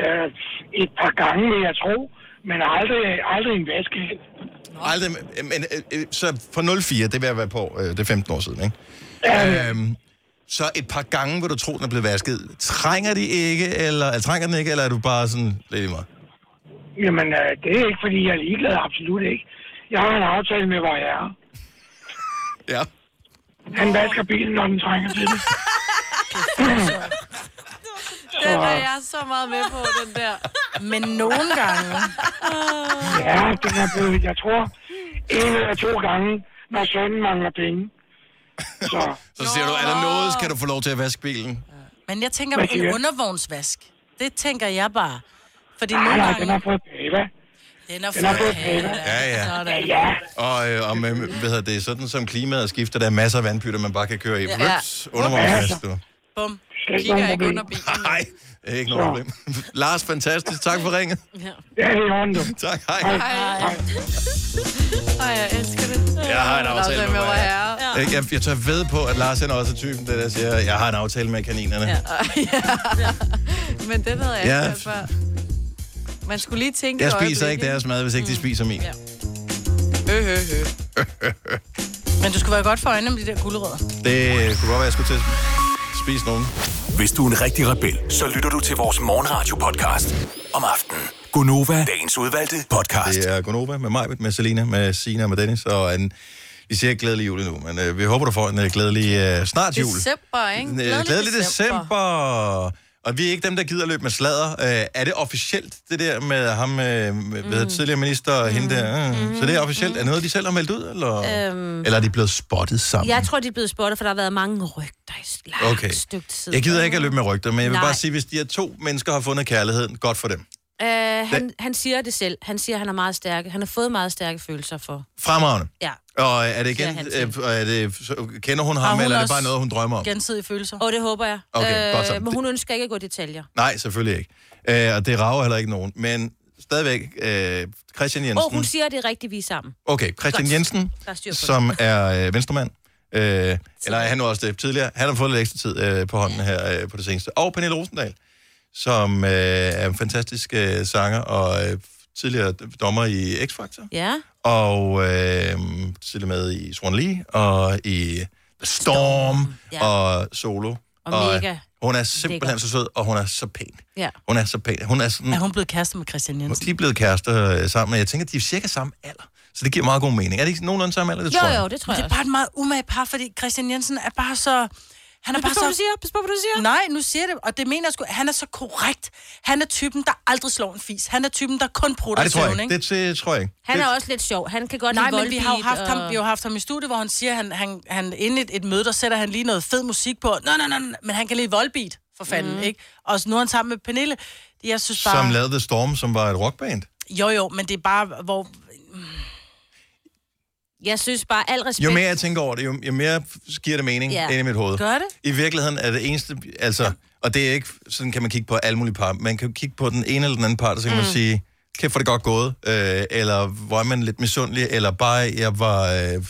Speaker 10: Øh, et par gange, vil jeg tro. Men aldrig, aldrig en vaske.
Speaker 1: Aldrig, men, men, øh, øh, så fra 04, det vil jeg være på, øh, det er 15 år siden, ikke? Øhm, så et par gange vil du tro, den er blevet vasket. Trænger, de ikke, eller, eller, trænger den ikke, eller er du bare sådan lidt i mig?
Speaker 10: Jamen, øh, det er ikke, fordi jeg er ligeglad. Absolut ikke. Jeg har en aftale med, hvor jeg er.
Speaker 1: Ja.
Speaker 10: Han vasker bilen, når den trænger til det.
Speaker 2: Den er jeg så meget med på, den der.
Speaker 3: Men nogle gange...
Speaker 10: Ja, den er blevet, jeg tror, en eller to gange, når sønnen mangler penge. Så,
Speaker 1: Så siger du, er der noget, skal du få lov til at vaske bilen?
Speaker 3: Men jeg tænker,
Speaker 10: Hvad siger
Speaker 3: en
Speaker 10: jeg?
Speaker 3: undervognsvask, det tænker jeg bare. Fordi
Speaker 10: nej,
Speaker 3: nogle
Speaker 10: nej,
Speaker 3: gange...
Speaker 10: den har fået pæve.
Speaker 3: Den er
Speaker 10: Den har
Speaker 3: fået
Speaker 10: fået pæve.
Speaker 1: Ja, ja.
Speaker 3: Sådan.
Speaker 10: Ja,
Speaker 1: Og, øh, og med, hvad hedder det, sådan som klimaet skifter, der er masser af vandpytter, man bare kan køre i.
Speaker 2: Ja.
Speaker 1: Ups, undervognsvask, du.
Speaker 3: Bum.
Speaker 10: det er ikke
Speaker 2: Kigger
Speaker 10: noget
Speaker 2: ikke
Speaker 10: problem.
Speaker 2: under bilen.
Speaker 1: Nej, det er ikke noget problem. [LAUGHS] Lars, fantastisk. Tak for ringet. [LAUGHS]
Speaker 10: Ja, det er i orden, du.
Speaker 1: Tak, hej.
Speaker 2: Ej. Ej, jeg elsker det.
Speaker 1: Jeg har en
Speaker 2: Der
Speaker 1: aftale
Speaker 2: er også
Speaker 1: med,
Speaker 2: med
Speaker 1: hvor
Speaker 2: vor
Speaker 1: jeg
Speaker 2: herre. Ja.
Speaker 1: Ikke? Jeg, jeg tør ved på, at Lars han er også typen, der, der siger, jeg har en aftale med kaninerne. Ja.
Speaker 2: Men den havde jeg
Speaker 1: Ja.
Speaker 2: ikke hørt før. Man skulle lige tænke
Speaker 1: Jeg
Speaker 2: et
Speaker 1: spiser
Speaker 2: øjeblik,
Speaker 1: ikke deres mad, hvis ikke de spiser min.
Speaker 2: Mm. Ja. Øh, øh, øh.
Speaker 3: [LAUGHS] Men du skulle være godt for øjnene med de der gulerødder.
Speaker 1: Det kunne godt være, jeg skulle til at spise nogen.
Speaker 7: Hvis du er en rigtig rebel, så lytter du til vores morgenradio-podcast om aftenen. Gunova, dagens udvalgte podcast.
Speaker 1: Det er Gonova med mig, med Selina, med Sina og med Dennis. Og en, vi siger ikke glædelig jul endnu, men øh, vi håber, du får en øh, glædelig øh, snart jul.
Speaker 2: December, ikke?
Speaker 1: Øh, Glædelig december. Og vi er ikke dem, der gider løbe med sladder. Øh, er det officielt, det der med ham, øh, med, mm. tidligere minister og hende der? Øh. Så det er officielt. Er det noget, de selv har meldt ud, eller, øhm. eller er de blevet spottet sammen?
Speaker 4: Jeg tror, de er blevet spottet, for der har været mange rygter i et langt
Speaker 1: Okay.
Speaker 4: okay. stykke tid.
Speaker 1: Jeg gider ikke at løbe med rygter, men jeg vil Nej.
Speaker 4: Nej.
Speaker 1: bare sige, hvis de her to mennesker har fundet kærligheden, godt for dem.
Speaker 4: Øh, han, han siger det selv. Han siger, at han er meget stærke. Han har fået meget stærke følelser for.
Speaker 1: Fremragende.
Speaker 4: Ja.
Speaker 1: Og er det igen,
Speaker 4: Siger han til.
Speaker 1: øh, er det, så kender hun ham,
Speaker 3: hun
Speaker 1: eller er det
Speaker 3: også
Speaker 1: bare noget, hun drømmer om?
Speaker 3: Gensidige følelser.
Speaker 4: Og det håber jeg. Øh,
Speaker 1: Okay, godt så.
Speaker 4: men hun ønsker ikke at gå i detaljer.
Speaker 1: Nej, selvfølgelig ikke. Øh, og det rager heller ikke nogen. Men stadigvæk, øh, Christian Jensen...
Speaker 4: Og hun siger, at det er rigtigt, vi er sammen.
Speaker 1: Okay, Christian
Speaker 4: Godt.
Speaker 1: Jensen,
Speaker 4: Der er styr på det.
Speaker 1: som er øh, venstremand. Øh, eller er han nu også det tidligere? Han har fået lidt ekstra tid øh, på hånden her øh, på det seneste. Og Pernille Rosendal, som øh, er en fantastisk øh, sanger og øh, tidligere dommer i X-Factor.
Speaker 4: Ja.
Speaker 1: Og øh, tidligere med i Swan Lee og i The Storm, Storm.
Speaker 4: ja.
Speaker 1: og Solo.
Speaker 4: Og mega
Speaker 1: Hun er simpelthen
Speaker 4: lækker.
Speaker 1: så sød, og hun er så pæn.
Speaker 4: Ja.
Speaker 1: Hun er så pæn. Hun er sådan
Speaker 3: Er hun blevet kæreste med Christian
Speaker 1: og
Speaker 3: Jensen?
Speaker 1: de er blevet kærester øh, sammen, og jeg tænker, at de er cirka samme alder. Så det giver meget god mening. Er det ikke nogenlunde samme alder? Det
Speaker 4: Jo,
Speaker 1: tror jeg.
Speaker 4: jo, det tror
Speaker 3: Men
Speaker 4: jeg
Speaker 3: det er
Speaker 4: også.
Speaker 3: bare et meget umage par, fordi Christian Jensen er bare så... Han er
Speaker 4: Pas
Speaker 3: bare
Speaker 4: på, hvad du
Speaker 3: så...
Speaker 4: siger. Pas på, hvad du siger.
Speaker 3: Nej, nu siger jeg det, og det mener jeg sgu. Han er så korrekt. Han er typen, der aldrig slår en fis. Han er typen, der kun prutter
Speaker 1: Nej, det tror jeg
Speaker 3: søvn,
Speaker 1: ikke. Det, det tror jeg ikke.
Speaker 4: Han
Speaker 1: det,
Speaker 4: er også lidt sjov. Han kan godt
Speaker 3: Nej,
Speaker 4: lide
Speaker 3: men vi har jo
Speaker 4: Volbeat
Speaker 3: haft ham, vi har jo haft ham i studiet, hvor han siger, han, han, han inden et, et møde, der sætter han lige noget fed musik på. Nå, nej, nej, nej, men han kan lide Volbeat, for fanden, mm. ikke? Og så nu er han sammen med Pernille. Jeg synes bare...
Speaker 1: Som lavede The Storm, som var et rockband.
Speaker 3: Jo, jo, men det er bare, hvor...
Speaker 4: Jeg synes bare, al respekt...
Speaker 1: Jo mere jeg tænker over det, jo, jo mere f- giver det mening
Speaker 4: Ja.
Speaker 1: yeah. ind i mit hoved.
Speaker 4: Gør det?
Speaker 1: I virkeligheden er det eneste... Altså, og det er ikke... Sådan kan man kigge på alle mulige par. Man kan jo kigge på den ene eller den anden part, og så kan mm.
Speaker 13: Mm.
Speaker 1: man sige, kæft for det godt gået, øh, eller hvor er man lidt misundelig, eller bare, jeg var... Øh, du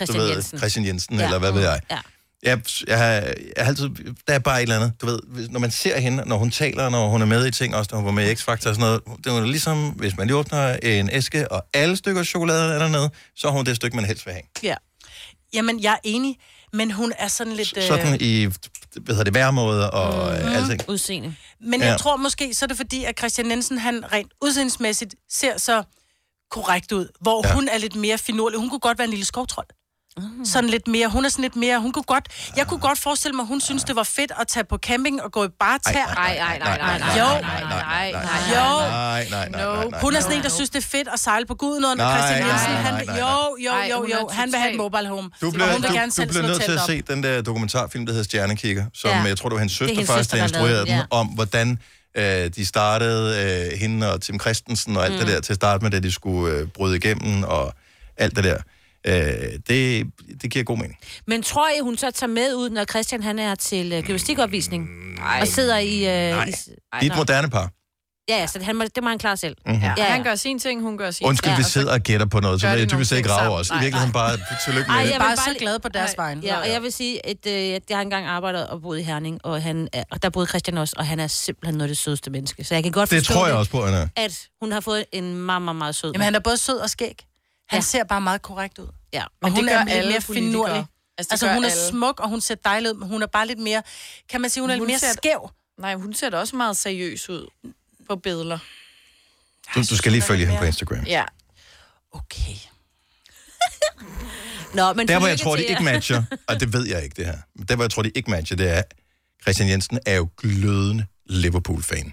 Speaker 13: Christian
Speaker 1: ved,
Speaker 13: Jensen.
Speaker 1: Christian Jensen, ja. eller hvad ved jeg.
Speaker 4: Ja. Mm.
Speaker 1: Jeg, jeg, har, jeg har altid, der er bare et eller andet, du ved, hvis- når man ser hende, når hun taler, når hun er med i ting, også når hun var med i X-Factor og sådan noget, det er jo ligesom, hvis man lige åbner en æske, og alle stykker chokolade er dernede, så har hun det stykke, man helst vil have.
Speaker 3: Ja. Jamen, jeg er enig, men hun er sådan lidt...
Speaker 1: Sådan i, hvad hedder det, væremåde og mm. alting.
Speaker 4: Udseende.
Speaker 3: Men jeg
Speaker 1: Ja.
Speaker 3: tror måske, så er det fordi, at Christian Jensen, han rent udseendsmæssigt ser så korrekt ud, hvor
Speaker 1: Ja.
Speaker 3: ja. hun er lidt mere finurlig. Hun kunne godt være en lille skovtrold. Mm. Sådan lidt mere. Hun er sådan lidt mere. Hun kunne godt... Jeg kunne godt forestille mig, at hun synes, det var fedt at tage på camping og gå i bare tær.
Speaker 4: Nej, nej, nej, nej, nej,
Speaker 3: Jo.
Speaker 4: nej, nej, nej, nej,
Speaker 3: Jo.
Speaker 1: Nej, nej, nej, nej, nej.
Speaker 3: Hun er sådan en, der synes, det er fedt at sejle på gudnåden, og
Speaker 1: Nej,
Speaker 3: Christian
Speaker 1: nej,
Speaker 3: Jensen,
Speaker 1: nej,
Speaker 3: han...
Speaker 1: nej, nej.
Speaker 3: Jo, jo,
Speaker 4: Ej,
Speaker 3: jo,
Speaker 4: hun
Speaker 3: jo.
Speaker 4: er
Speaker 3: Han vil have et
Speaker 4: total-
Speaker 3: mobile home.
Speaker 1: Du
Speaker 3: og
Speaker 1: bliver,
Speaker 3: hun vil gerne
Speaker 1: du, du
Speaker 3: selv
Speaker 1: bliver
Speaker 3: slå
Speaker 1: nødt til at
Speaker 3: telt op.
Speaker 1: se den der dokumentarfilm, der hedder Stjernekigger, som
Speaker 3: Ja.
Speaker 1: ja. jeg tror, det var hendes
Speaker 3: Det er
Speaker 1: søster
Speaker 3: hendes
Speaker 1: først,
Speaker 3: søster,
Speaker 1: der
Speaker 3: der
Speaker 1: instruerede
Speaker 3: lavede
Speaker 1: den,
Speaker 3: den,
Speaker 1: ja. om hvordan øh, de startede, øh, hende og Tim Christensen og alt mm. det
Speaker 13: Mm.
Speaker 1: der til at starte med, da de skulle øh, bryde igennem og alt det der. Øh, det, det giver god mening.
Speaker 4: Men tror I, hun så tager med ud, når Christian han er til øh, gymnastikopvisning? Nej. Og sidder i... Øh,
Speaker 1: Nej. Ej,
Speaker 4: i
Speaker 1: de er et moderne par.
Speaker 4: Ja, ja, så han må, det må han klare selv.
Speaker 1: Mhm. Ja.
Speaker 2: Han gør sin ting, hun gør sin.
Speaker 1: Undskyld,
Speaker 2: ja,
Speaker 1: vi
Speaker 2: og så-
Speaker 1: sidder og gætter på noget, så
Speaker 2: gør
Speaker 1: vil
Speaker 2: de
Speaker 1: jeg
Speaker 2: nogle
Speaker 1: typisk ikke
Speaker 2: ting
Speaker 1: rage
Speaker 2: sammen.
Speaker 1: os. I
Speaker 2: Nej,
Speaker 1: virkeligheden bare tillykke med
Speaker 4: Ej,
Speaker 1: det.
Speaker 4: jeg
Speaker 3: Bare
Speaker 4: vil
Speaker 3: så
Speaker 4: lige-
Speaker 3: glade på deres vegne.
Speaker 4: Ja, og jeg vil sige, at øh, jeg har engang arbejdet og boet i Herning, og, han er, og der boede Christian også, og han er simpelthen noget af det sødeste menneske. Så jeg kan godt
Speaker 1: Det
Speaker 4: forstå
Speaker 1: tror jeg også på, han er.
Speaker 4: at hun har fået en meget, meget, meget sød.
Speaker 3: Jamen, han er både sød og skæg. Han ja. ser bare meget korrekt ud.
Speaker 4: Ja,
Speaker 3: Men
Speaker 2: det
Speaker 3: hun
Speaker 2: gør
Speaker 3: er lidt
Speaker 2: alle
Speaker 3: mere
Speaker 2: politikere.
Speaker 3: finurlig.
Speaker 2: Altså, det
Speaker 3: Altså, altså
Speaker 2: gør
Speaker 3: hun er
Speaker 2: alle.
Speaker 3: smuk, og hun ser dejlig ud, men hun er bare lidt mere... Kan man sige, hun er lidt mere
Speaker 2: ser-
Speaker 3: skæv?
Speaker 2: Nej, hun ser da også meget seriøs ud på billeder.
Speaker 1: Du, du skal lige følge hende på Instagram.
Speaker 2: Ja.
Speaker 4: Nå, men
Speaker 1: Der, hvor jeg
Speaker 4: tillykke
Speaker 1: tror, de
Speaker 4: til jer.
Speaker 1: ikke matcher, og det ved jeg ikke, det her. Men Der, hvor jeg tror, de ikke matcher, det er, Christian Jensen er jo glødende Liverpool-fan.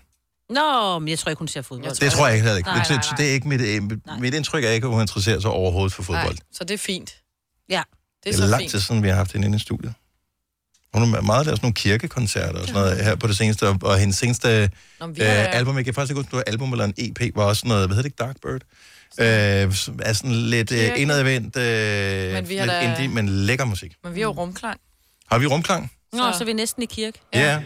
Speaker 4: Nå, men jeg tror ikke, hun ser fodbold.
Speaker 1: Det tror jeg ikke heller ikke.
Speaker 4: Nej,
Speaker 1: Det-
Speaker 4: nej,
Speaker 1: det- Det er ikke mit, øh, mit- mit indtryk er ikke, at hun interesserer sig overhovedet for fodbold.
Speaker 2: Nej, så det er fint.
Speaker 4: Ja.
Speaker 2: Det er,
Speaker 1: Det er
Speaker 2: så
Speaker 1: lang
Speaker 2: fint.
Speaker 1: tid siden, vi har haft hende inde i studiet. Hun har meget lavet sådan nogle kirkekoncerter og sådan noget her på det seneste, og- og hendes seneste
Speaker 2: Nå, men vi har-
Speaker 1: øh, album, jeg kan faktisk ikke huske, om det var album eller en EP, var også noget, hvad hedder det, Dark Bird? Øh, som er sådan lidt øh,
Speaker 2: Kirke.
Speaker 1: indadvendt, øh,
Speaker 2: Men
Speaker 1: men
Speaker 2: vi
Speaker 1: lidt
Speaker 2: har da-
Speaker 1: indie, men lækker musik.
Speaker 2: Men vi har jo rumklang.
Speaker 1: Har vi rumklang?
Speaker 4: Nå, så er vi næsten i kirke.
Speaker 1: Ja, ja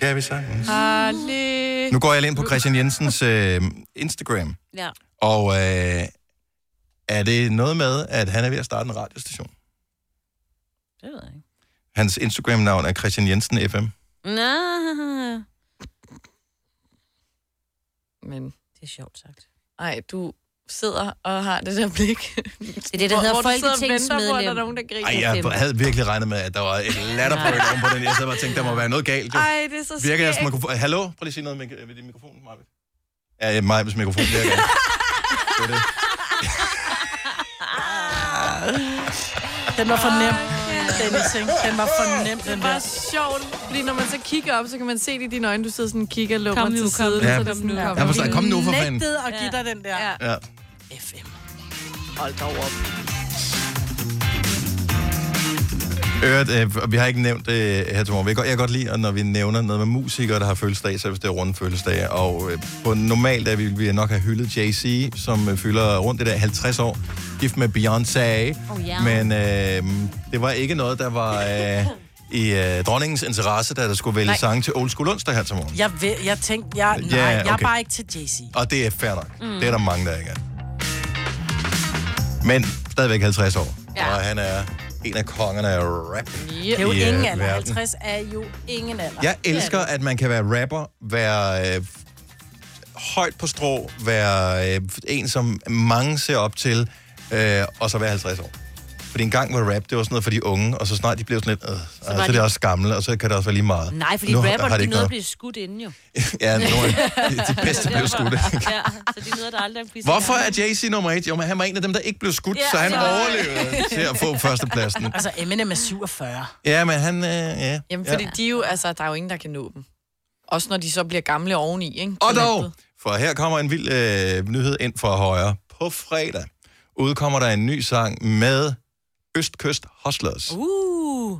Speaker 1: kan vi sagtens.
Speaker 2: Harley.
Speaker 1: Nu går jeg lige ind på Christian Jensens øh, Instagram,
Speaker 4: Ja.
Speaker 1: og øh, er det noget med, at han er ved at starte en radiostation?
Speaker 4: Det ved jeg ikke.
Speaker 1: Hans Instagram-navn er Christian Jensen FM.
Speaker 4: Nå.
Speaker 2: Men
Speaker 4: det er sjovt sagt.
Speaker 2: Nej, du sidder og har det der blik. Det
Speaker 4: er det, der hedder folketingsmedlem.
Speaker 2: der er nogen, der griner.
Speaker 1: Ej, jeg havde virkelig regnet med, at der var et latterbrøl oven på den. Jeg sad bare og tænkte, der må være noget galt. jo.
Speaker 2: Ej, det er så
Speaker 1: Virker jeg som
Speaker 2: skægt.
Speaker 1: mikrofon? Hallo? Prøv lige at sige noget med, med din mikrofon, Marvitt. Ja, mig, hvis mikrofon virker. ikke. Det er det.
Speaker 3: Den var for nem, Dennis, ikke? Den var for nem,
Speaker 2: Det er
Speaker 3: den
Speaker 2: bare
Speaker 3: der.
Speaker 2: sjovt, fordi når man så kigger op, så kan man se det i dine øjne. Du sidder sådan og kigger og lummer
Speaker 3: Kom nu,
Speaker 2: til
Speaker 3: kom
Speaker 2: siden.
Speaker 3: nu,
Speaker 2: så
Speaker 1: Ja.
Speaker 2: er det sådan,
Speaker 1: Ja, for så- kom nu, for fanden.
Speaker 3: Nægtede at give dig den der. Ja.
Speaker 1: Ja.
Speaker 3: FM.
Speaker 2: Hold dog op.
Speaker 1: Øret, øh, og vi har ikke nævnt det øh, her til morgen. Jeg kan- Jeg kan godt lide, at når vi nævner noget med musikere, der har fødselsdag, så hvis det er runde fødselsdage. Og øh, på normalt dag ville vi nok have hyldet Jay-Z, som øh, fylder rundt det der 50 år, gift med Beyoncé.
Speaker 13: Oh, ja.
Speaker 1: Men øh, det var ikke noget, der var øh, i øh, dronningens interesse, da der skulle vælge
Speaker 3: Nej.
Speaker 1: sange til Old School Onsdag her til morgen.
Speaker 3: Jeg, ved, jeg tænkte, jeg, nej,
Speaker 1: Ja,
Speaker 3: jeg er
Speaker 1: okay.
Speaker 3: bare ikke til Jay-Z.
Speaker 1: Og det er fair nok.
Speaker 3: Mm.
Speaker 1: Mm. Det er der mange, der ikke er. Men stadigvæk 50 år.
Speaker 3: Ja.
Speaker 1: Ja. Og han er en af kongerne af rap.
Speaker 3: Det er jo
Speaker 1: i, øh,
Speaker 3: ingen alder.
Speaker 1: verden.
Speaker 3: 50 er jo ingen alder.
Speaker 1: Jeg
Speaker 3: Det er
Speaker 1: elsker,
Speaker 3: det.
Speaker 1: at man kan være rapper, være øh, højt på strå, være øh, en, som mange ser op til, øh, og så være 50 år. Fordi en gang var rap, det var sådan noget for de unge, og så snart de blev sådan lidt, øh, så, øh, så
Speaker 4: var
Speaker 1: er det
Speaker 4: de-
Speaker 1: også gamle, og så kan det også være lige meget.
Speaker 4: Nej, fordi
Speaker 1: Nu har-
Speaker 4: rapper,
Speaker 1: har
Speaker 4: de
Speaker 1: det
Speaker 4: er
Speaker 1: ikke
Speaker 4: nødt at blive skudt inden jo.
Speaker 1: [LAUGHS] Ja, nu er de- de bedste blev skudt.
Speaker 4: [LAUGHS] ja, så de er nødt der aldrig bliver
Speaker 1: Hvorfor er Jay-Z nummer et? Jo, men han var en af dem, der ikke blev skudt,
Speaker 3: Ja,
Speaker 1: så han
Speaker 3: det var-
Speaker 1: overlevede til at få førstepladsen.
Speaker 3: Altså, Eminem er 47.
Speaker 1: Ja, men han... Øh, ja.
Speaker 2: Jamen, fordi
Speaker 1: ja.
Speaker 2: de jo, altså, der er jo ingen, der kan nå dem. Også når de så bliver gamle oveni, ikke?
Speaker 1: Og dog, for her kommer en vild øh, nyhed ind fra højre. På fredag udkommer der en ny sang med Østkyst Hustlers.
Speaker 4: Uh.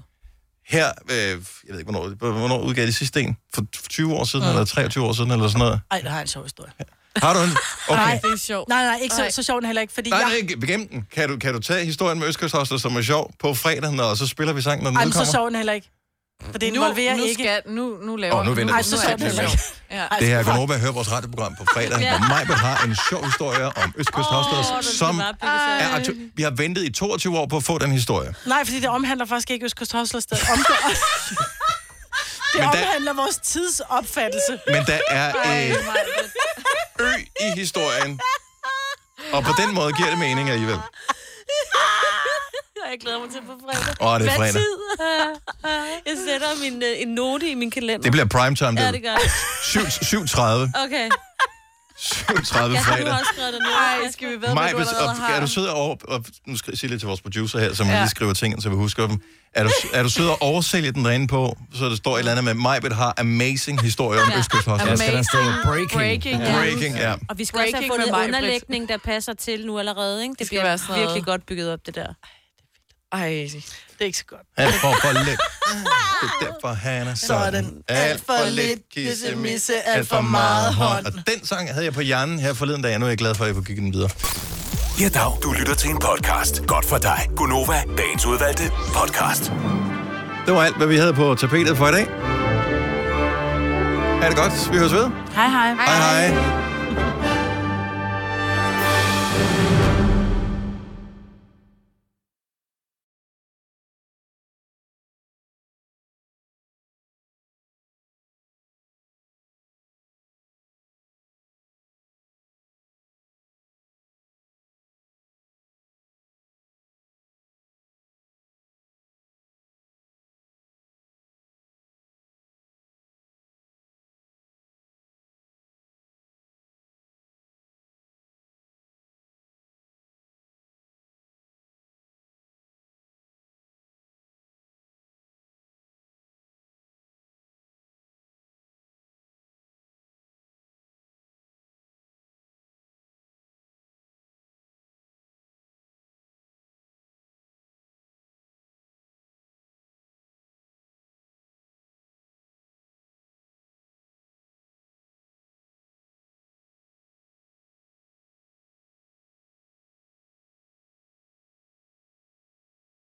Speaker 1: Her, øh, jeg ved ikke, hvornår, hvornår udgav de sidste en? For 20 år siden, eller 23 år siden, eller sådan noget.
Speaker 3: Ej, det har jeg en sjov historie.
Speaker 1: Har du
Speaker 3: [LAUGHS]
Speaker 1: en?
Speaker 3: Nej,
Speaker 1: Okay.
Speaker 3: det er sjovt. Nej, nej, ikke så,
Speaker 2: Nej.
Speaker 3: så sjovt heller ikke, fordi
Speaker 1: Nej,
Speaker 3: jeg...
Speaker 1: nej, ikke- gem den. Kan du, kan du tage historien med Østkystoster, som er sjov, på fredag, når, så spiller vi sangen, når den
Speaker 3: Ej, men så
Speaker 1: udkommer?
Speaker 3: sjov den heller ikke. For det
Speaker 2: Nu-
Speaker 3: involverer
Speaker 2: nu
Speaker 3: ikke...
Speaker 2: Skal, nu, nu laver
Speaker 1: Åh, nu venter
Speaker 3: Ej,
Speaker 1: vi.
Speaker 3: så sjovt den heller ikke. Ja.
Speaker 4: Altså,
Speaker 1: Det her er Gonova, hører vores radioprogram på fredag, hvor
Speaker 3: Ja.
Speaker 1: Majbert har en sjov historie om Østkyst
Speaker 3: Åh,
Speaker 1: Hostel,
Speaker 3: den skal
Speaker 1: som
Speaker 3: bare bygges op.
Speaker 1: er aktu- Vi har ventet i 22 år på at få den historie.
Speaker 3: Nej, fordi det omhandler faktisk ikke Østkyst Hoslested. Om det, det
Speaker 1: Men der-
Speaker 3: omhandler vores tidsopfattelse.
Speaker 1: Men der
Speaker 4: [LAUGHS]
Speaker 1: er øh, ø i historien, og på den måde giver det mening alligevel.
Speaker 4: Jeg glæder mig til på fredag.
Speaker 1: Åh, det er
Speaker 4: Hvad
Speaker 1: fredag.
Speaker 4: tid? [LAUGHS] Jeg sætter min, øh, en note i min kalender.
Speaker 1: Det bliver primetime,
Speaker 4: Ja,
Speaker 1: det.
Speaker 4: det gør det. [LAUGHS]
Speaker 1: 7.30.
Speaker 4: Okay.
Speaker 1: 7.30
Speaker 4: Jeg skal nu
Speaker 1: fredag.
Speaker 4: også skrive det ned. Ej, skal vi ved,
Speaker 1: Maj, hvis, og, er du sød og, og nu skal jeg sige lidt til vores producer her, som
Speaker 4: Ja.
Speaker 1: ja. lige skriver ting, så vi husker dem. Er du, er du sød at oversælge den derinde på, så der står et eller andet med, Majbet har amazing historie om ja. Østkyst Hostel.
Speaker 8: Ja, skal der stå breaking?
Speaker 4: Breaking,
Speaker 1: ja. Breaking, ja.
Speaker 4: Og vi skal
Speaker 2: Breaking
Speaker 4: Breaking også have fundet
Speaker 2: med mig,
Speaker 4: underlægning, der passer til nu allerede. Ikke? Det, det
Speaker 2: skal
Speaker 4: bliver
Speaker 2: være sådan noget-
Speaker 4: virkelig godt bygget op, det der.
Speaker 2: Ej, det
Speaker 3: er ikke så godt.
Speaker 1: Alt for for lidt. Det er derfor, han er sådan. Alt for lidt kissemisse, alt for meget hånd. Og den sang havde jeg på hjernen her forleden dag, og nu er jeg glad for, at jeg kunne kigge den videre.
Speaker 7: Ja, dag. Du lytter til en podcast. Godt for dig. Gunova, dagens udvalgte podcast.
Speaker 1: Det var alt, hvad vi havde på tapetet for i dag. Ha' det godt. Vi høres ved.
Speaker 3: Hej, hej.
Speaker 1: Hej hej.